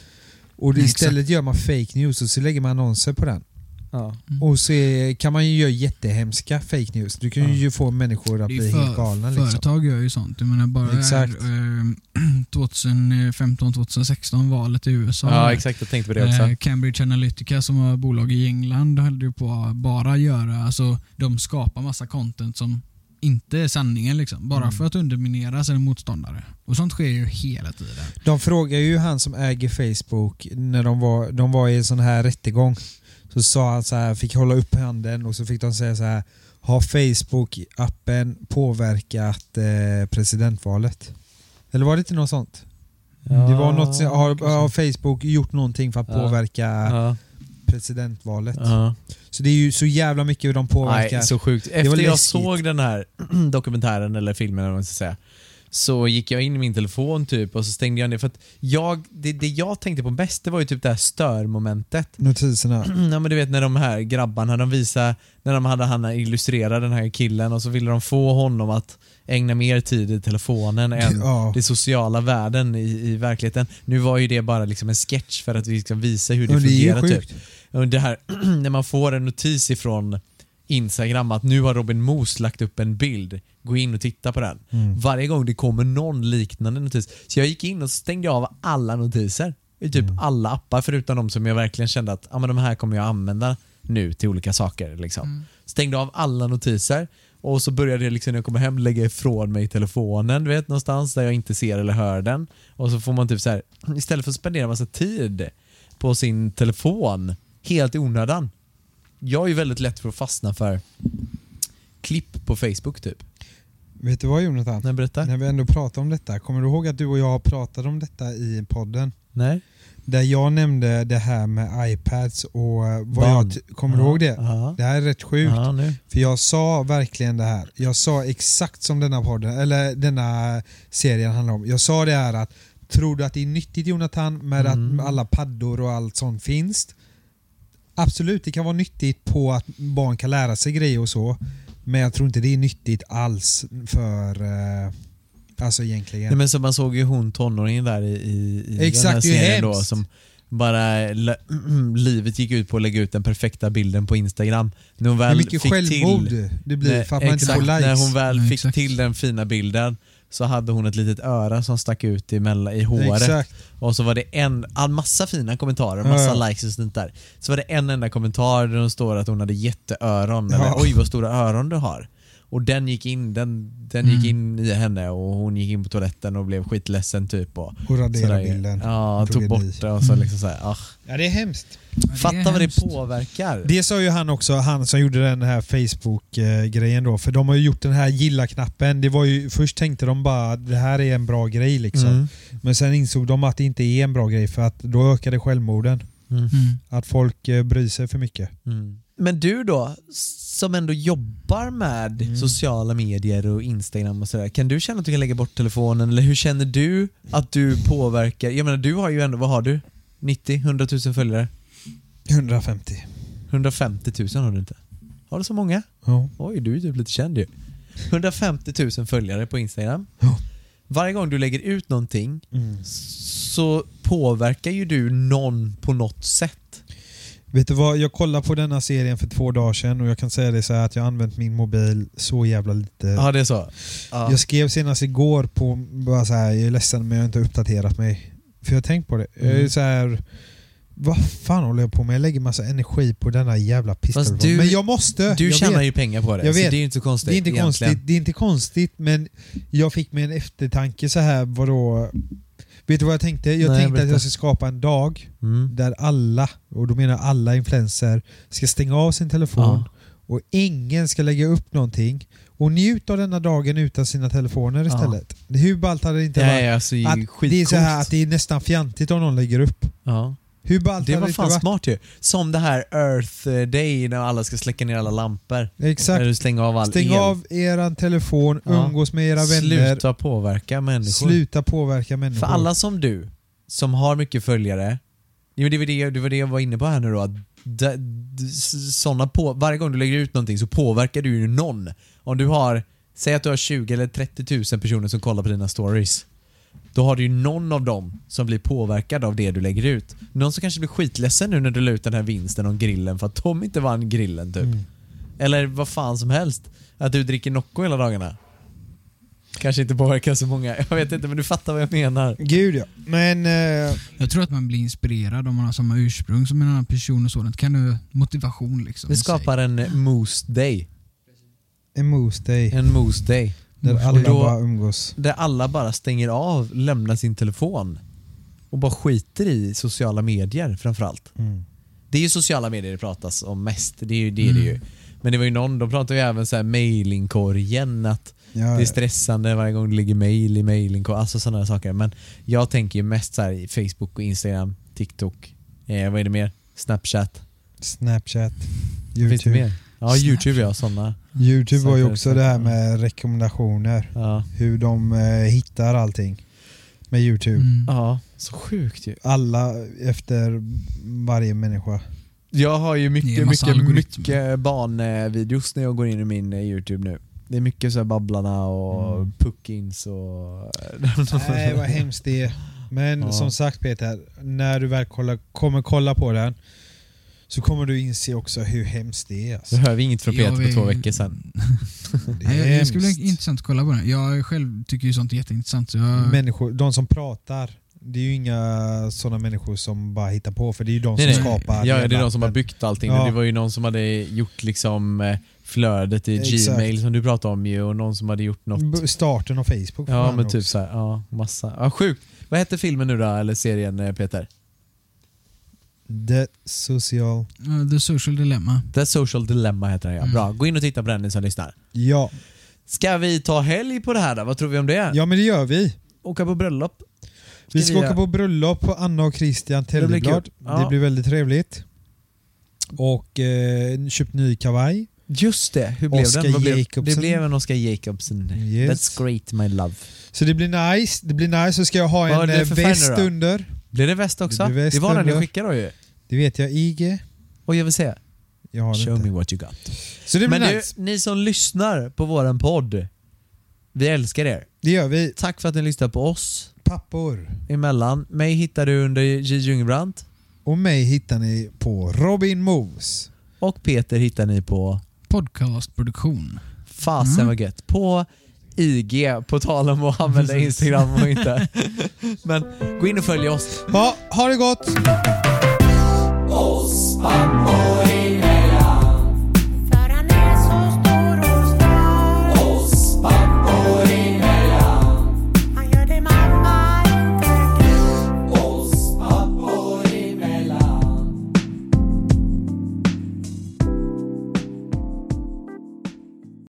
S4: Och det-
S5: Nej,
S4: istället gör man fake news och så lägger man annonser på den.
S1: Ja.
S4: Och så är, kan man ju göra jättehemska fake news. Du kan ju få människor att
S5: Det är
S4: bli
S5: för-
S4: helt galna. Liksom.
S5: Mm. Företag gör ju sånt. Jag menar bara
S4: Exakt.
S5: eh, [CLEARS THROAT] 2015-2016 valet i USA.
S1: ja, exakt. Jag tänkte på det också.
S5: Eh, Cambridge Analytica som var bolag i England höll ju på att bara göra, alltså de skapar massa content som inte är sanningen liksom. Bara
S1: Mm.
S5: för att underminera sina motståndare. Och sånt sker ju hela tiden.
S4: De frågar ju han som äger Facebook när de var, de var i en sån här rättegång. Så sa han så här, fick hålla upp handen och så fick de säga så här. Har Facebook-appen påverkat eh, presidentvalet? Eller var det inte något sånt? det var något, som- har, har Facebook gjort någonting för att
S1: Ja.
S4: påverka
S1: Ja.
S4: presidentvalet?
S1: Ja.
S4: Så det är ju så jävla mycket hur de påverkar.
S1: Nej, så sjukt. Efter
S4: var
S1: jag
S4: läskigt.
S1: såg den här [CLEARS THROAT] dokumentären eller filmen eller vad man ska säga så gick jag in i min telefon typ och så stängde jag ner för att jag, det, det jag tänkte på mest det var ju typ det här störmomentet. [CLEARS THROAT]
S4: Notiserna.
S1: Ja men du vet när de här grabbarna, de visar när de hade han illustrera den här killen och så ville de få honom att ägna mer tid i telefonen än
S4: Ja.
S1: den sociala världen i, i verkligheten. Nu var ju det bara liksom en sketch för att vi ska visa hur det
S4: Ja, det är ju
S1: fungerar.
S4: sjukt.
S1: Typ. Och det här [CLEARS THROAT] när man får en notis ifrån Instagram att nu har Robin Moose lagt upp en bild. Gå in och titta på den. Varje gång det kommer någon liknande notis. Så jag gick in och stängde av alla notiser. I typ alla appar förutom de som jag verkligen kände att ah, men de här kommer jag använda nu till olika saker. Liksom. Stängde av alla notiser och så började jag liksom när jag kommer hem lägga ifrån mig telefonen du vet, någonstans där jag inte ser eller hör den. Och så får man typ så här, [CLEARS THROAT] istället för att spendera massa tid på sin telefon helt i onödan. Jag är ju väldigt lätt för att fastna för klipp på Facebook typ.
S4: Vet du vad Jonathan?
S1: Nej, berätta.
S4: När vi ändå pratar om detta, kommer du ihåg att du och jag pratade om detta i podden?
S1: Nej.
S4: Där jag nämnde det här med iPads och eh, vad jag...
S1: Band.
S4: ty- Kommer du ihåg det?
S1: Ja.
S4: Det här är rätt sjukt.
S1: Ja, nu.
S4: För jag sa verkligen det här. Jag sa exakt som denna podden, eller denna serien handlar om. Jag sa det här att tror du att det är nyttigt Jonathan med
S1: Mm.
S4: att alla paddor och allt sånt finns? Absolut, det kan vara nyttigt på att barn kan lära sig grejer och så. Men jag tror inte det är nyttigt alls för... Eh, alltså egentligen.
S1: Nej, men så man såg ju hon tonåringen där i, i, i den här
S4: Exakt, det är
S1: serien då
S4: hemskt.
S1: som bara la- [CLEARS THROAT] livet gick ut på att lägga ut den perfekta bilden på Instagram. När hon
S4: Hur
S1: väl
S4: mycket
S1: fick
S4: självmord
S1: till
S4: det blir
S1: Nej,
S4: för att man
S1: exakt,
S4: inte får likes.
S1: När hon väl
S5: Nej,
S1: fick
S5: exakt.
S1: till den fina bilden så hade hon ett litet öra som stack ut i, mellan, i håret.
S4: Exakt.
S1: Och så var det en, en massa fina kommentarer, massa
S4: Ja, ja.
S1: likes och sånt där. Så var det en enda kommentar där hon står att hon hade jätteöron,
S4: Ja.
S1: eller oj vad stora öron du har. Och den gick in, den, den gick
S4: Mm.
S1: in i henne och hon gick in på toaletten och blev skitledsen typ. Och,
S4: Och radera
S1: sådär.
S4: bilden.
S1: Ja,
S4: Hon tog
S1: tog
S4: en ny.
S1: bort det och så liksom såhär, ah.
S4: Ja, det är hemskt.
S1: Fatta vad det
S5: hemskt.
S1: påverkar.
S4: Det sa ju han också, han som gjorde den här Facebook-grejen då. För de har ju gjort den här gilla-knappen. Det var ju, först tänkte de bara det här är en bra grej liksom.
S1: Mm.
S4: Men sen insåg de att det inte är en bra grej för att då ökade självmorden.
S5: Mm.
S4: Att folk eh, bryr sig för mycket.
S1: Men du då, som ändå jobbar med
S4: Mm.
S1: sociala medier och Instagram och sådär. Kan du känna att du kan lägga bort telefonen? Eller hur känner du att du påverkar? Jag menar du har ju ändå, vad har du? 90, 100 000 följare?
S4: 150.
S1: 150 000 har du inte? Har du så många?
S4: Ja.
S1: Oj, du är typ lite känd ju. 150 000 följare på Instagram.
S4: Ja.
S1: Varje gång du lägger ut någonting
S4: Mm.
S1: så påverkar ju du någon på något sätt.
S4: Vet du vad, jag kollade på denna serien för två dagar sedan och jag kan säga det så här att jag har använt min mobil så jävla lite.
S1: Ja, det är så? Ja.
S4: Jag skrev senast igår på, bara så här, jag är ledsen men jag har inte uppdaterat mig. För jag har tänkt på det. Jag är
S1: Mm.
S4: så här, vad fan håller jag på med? Jag lägger massa energi på denna jävla pistol.
S1: Fast du-
S4: men jag måste!
S1: Du
S4: jag
S1: tjänar
S4: vet.
S1: ju pengar på det,
S4: Jag
S1: så
S4: vet.
S1: det är ju inte så konstigt.
S4: det är inte
S1: egentligen.
S4: konstigt, det är inte konstigt men jag fick mig en eftertanke så här, vadå? Vet du vad jag tänkte? Jag
S1: Nej,
S4: tänkte att
S1: berätta.
S4: jag ska skapa en dag
S1: Mm.
S4: där alla, och då menar jag alla influenser, ska stänga av sin telefon
S1: Ja.
S4: och ingen ska lägga upp någonting och njut av denna dagen utan sina telefoner istället. Hur ballt hade det inte varit?
S1: Nej, alltså det är ju
S4: att det är
S1: skitcoolt.
S4: så här att det är nästan fjantigt om någon lägger upp.
S1: ja.
S4: Hur ballt
S1: Det
S4: hade
S1: var
S4: det inte
S1: fan
S4: varit?
S1: smart ju. Som det här Earth Day när alla ska släcka ner alla lampor. När
S4: Exakt.
S1: du slänger av all
S4: Stäng
S1: el.
S4: av eran telefon,
S1: Ja.
S4: umgås med era vänner,
S1: Sluta påverka människor.
S4: sluta påverka människor.
S1: För alla som du, som har mycket följare. Jo, men det, var det, det var det jag var inne på här nu då. Att d- d- s- såna på, varje gång du lägger ut någonting så påverkar du ju någon. Om du har, säg att du har 20 eller 30 000 personer som kollar på dina stories. Då har du ju någon av dem som blir påverkad av det du lägger ut. Någon som kanske blir skitledsen nu när du la ut den här vinsten om grillen för att de inte vann grillen
S4: Mm.
S1: typ. Eller vad fan som helst. Att du dricker Nocco hela dagarna. Kanske inte påverkar så många. Jag vet inte men du fattar vad jag menar.
S4: Gud ja. Men eh,
S5: Jag tror att man blir inspirerad om man har samma ursprung som en annan person och sådant. Kan du motivation liksom?
S1: Vi
S5: i sig.
S1: skapar en Moose Day.
S4: en moose day
S1: En Moose Day.
S4: där
S1: Och
S4: alla
S1: då-
S4: bara umgås.
S1: Där alla bara stänger av, lämnar sin telefon och bara skiter i sociala medier framförallt.
S4: Mm.
S1: Det är ju sociala medier det pratas om mest. Det är ju det, är det ju.
S4: Mm.
S1: Men det var ju någon, de pratade ju även så här mailingkorgen att
S4: Ja,
S1: det är
S4: ja.
S1: stressande varje gång det ligger mail i mailingkorgen, alltså sådana saker. Men jag tänker ju mest så här i Facebook och Instagram, TikTok, eh, vad är det mer? Snapchat,
S4: Snapchat,
S1: finns det
S4: YouTube.
S1: mer? Ja, Youtube ja, sådana.
S4: Youtube var ju
S1: Snapchat,
S4: också det här med rekommendationer.
S1: Ja.
S4: Hur de eh, hittar allting med Youtube.
S5: Mm.
S1: ja, så sjukt ju.
S4: Alla efter varje människa.
S1: Jag har ju
S5: Det är
S1: mycket,
S5: en massa
S1: mycket,
S5: algoritmer.
S1: mycket barnvideos när jag går in i min eh, YouTube nu. Det är mycket så här Babblarna och Puckins och... [LAUGHS]
S4: Nej, vad hemskt det är. Men
S1: Ja.
S4: som sagt Peter, när du väl kolla, kommer kolla på den så kommer du inse också hur hemskt det är.
S1: [LAUGHS]
S4: Alltså.
S1: Nu hör vi inget från
S5: Jag
S1: Peter på
S5: vill-
S1: två veckor sedan.
S4: Det
S5: Nej,
S4: är
S5: jag, jag skulle
S4: hemskt.
S5: bli intressant att kolla på den. Jag själv tycker ju sånt är jätteintressant. Så jag,
S4: Människor, de som pratar, det är ju inga sådana människor som bara hittar på för det är ju de
S1: Nej,
S4: som
S1: nej. Ja,
S4: skapar.
S1: ja, det är
S4: hela
S1: de som har
S4: appen.
S1: byggt allting.
S4: Ja.
S1: Det var ju någon som hade gjort liksom eh, flödet i
S4: Exakt.
S1: Gmail som du pratade om ju och någon som hade gjort något.
S4: B- Starten av Facebook.
S1: Ja
S4: fan
S1: men typ
S4: också.
S1: så här, ja massa. Ja sjukt. Vad hette filmen nu då, eller serien eh, Peter?
S4: The social...
S5: Ja, The Social Dilemma.
S1: The Social Dilemma heter den ja.
S5: Mm.
S1: Bra, gå in och titta på den ni som lyssnar.
S4: Ja.
S1: Ska vi ta helg på det här då? Vad tror vi om det?
S4: Ja, men det gör vi.
S1: Åka på bröllop?
S4: Vi ska åka på bröllop på Anna och Christian
S1: blir
S4: Täljeblad.
S1: kul. Ja.
S4: Det blir väldigt trevligt. Och eh, köpt ny kavaj.
S1: Just det, hur blev
S4: Oscar
S1: den? Vad blev- Det
S4: Jacobsen.
S1: blev en Oscar Jacobsen.
S4: Yes.
S1: That's great my love.
S4: Så det blir nice. Det blir nice. Så ska jag ha
S1: Vad
S4: en
S1: är det
S4: eh,
S1: för färg nu
S4: väst
S1: då?
S4: under.
S1: Blir det väst också?
S4: Det
S1: Det,
S4: blir väst
S1: var den jag
S4: under.
S1: skickade då ju.
S4: Det vet jag. IG.
S1: Och jag vill säga,
S4: Jag har
S1: show
S4: det
S1: me
S4: inte.
S1: what you got.
S4: Så det blir
S1: Men du,
S4: nice.
S1: ni som lyssnar på våran podd, vi älskar er.
S4: Det gör vi.
S1: Tack för att ni lyssnar på oss
S4: Pappor.
S1: emellan. Mig hittar du under J Ljungbrandt
S4: Och mig hittar ni på Robin Moos.
S1: och Peter hittar ni på
S5: Podcastproduktion.
S1: Fasen vad gött. På IG, på tal om att [LAUGHS] använda Instagram och [LAUGHS] inte. Men gå in och följ oss.
S4: Ja, ha det gott!
S6: oss andra.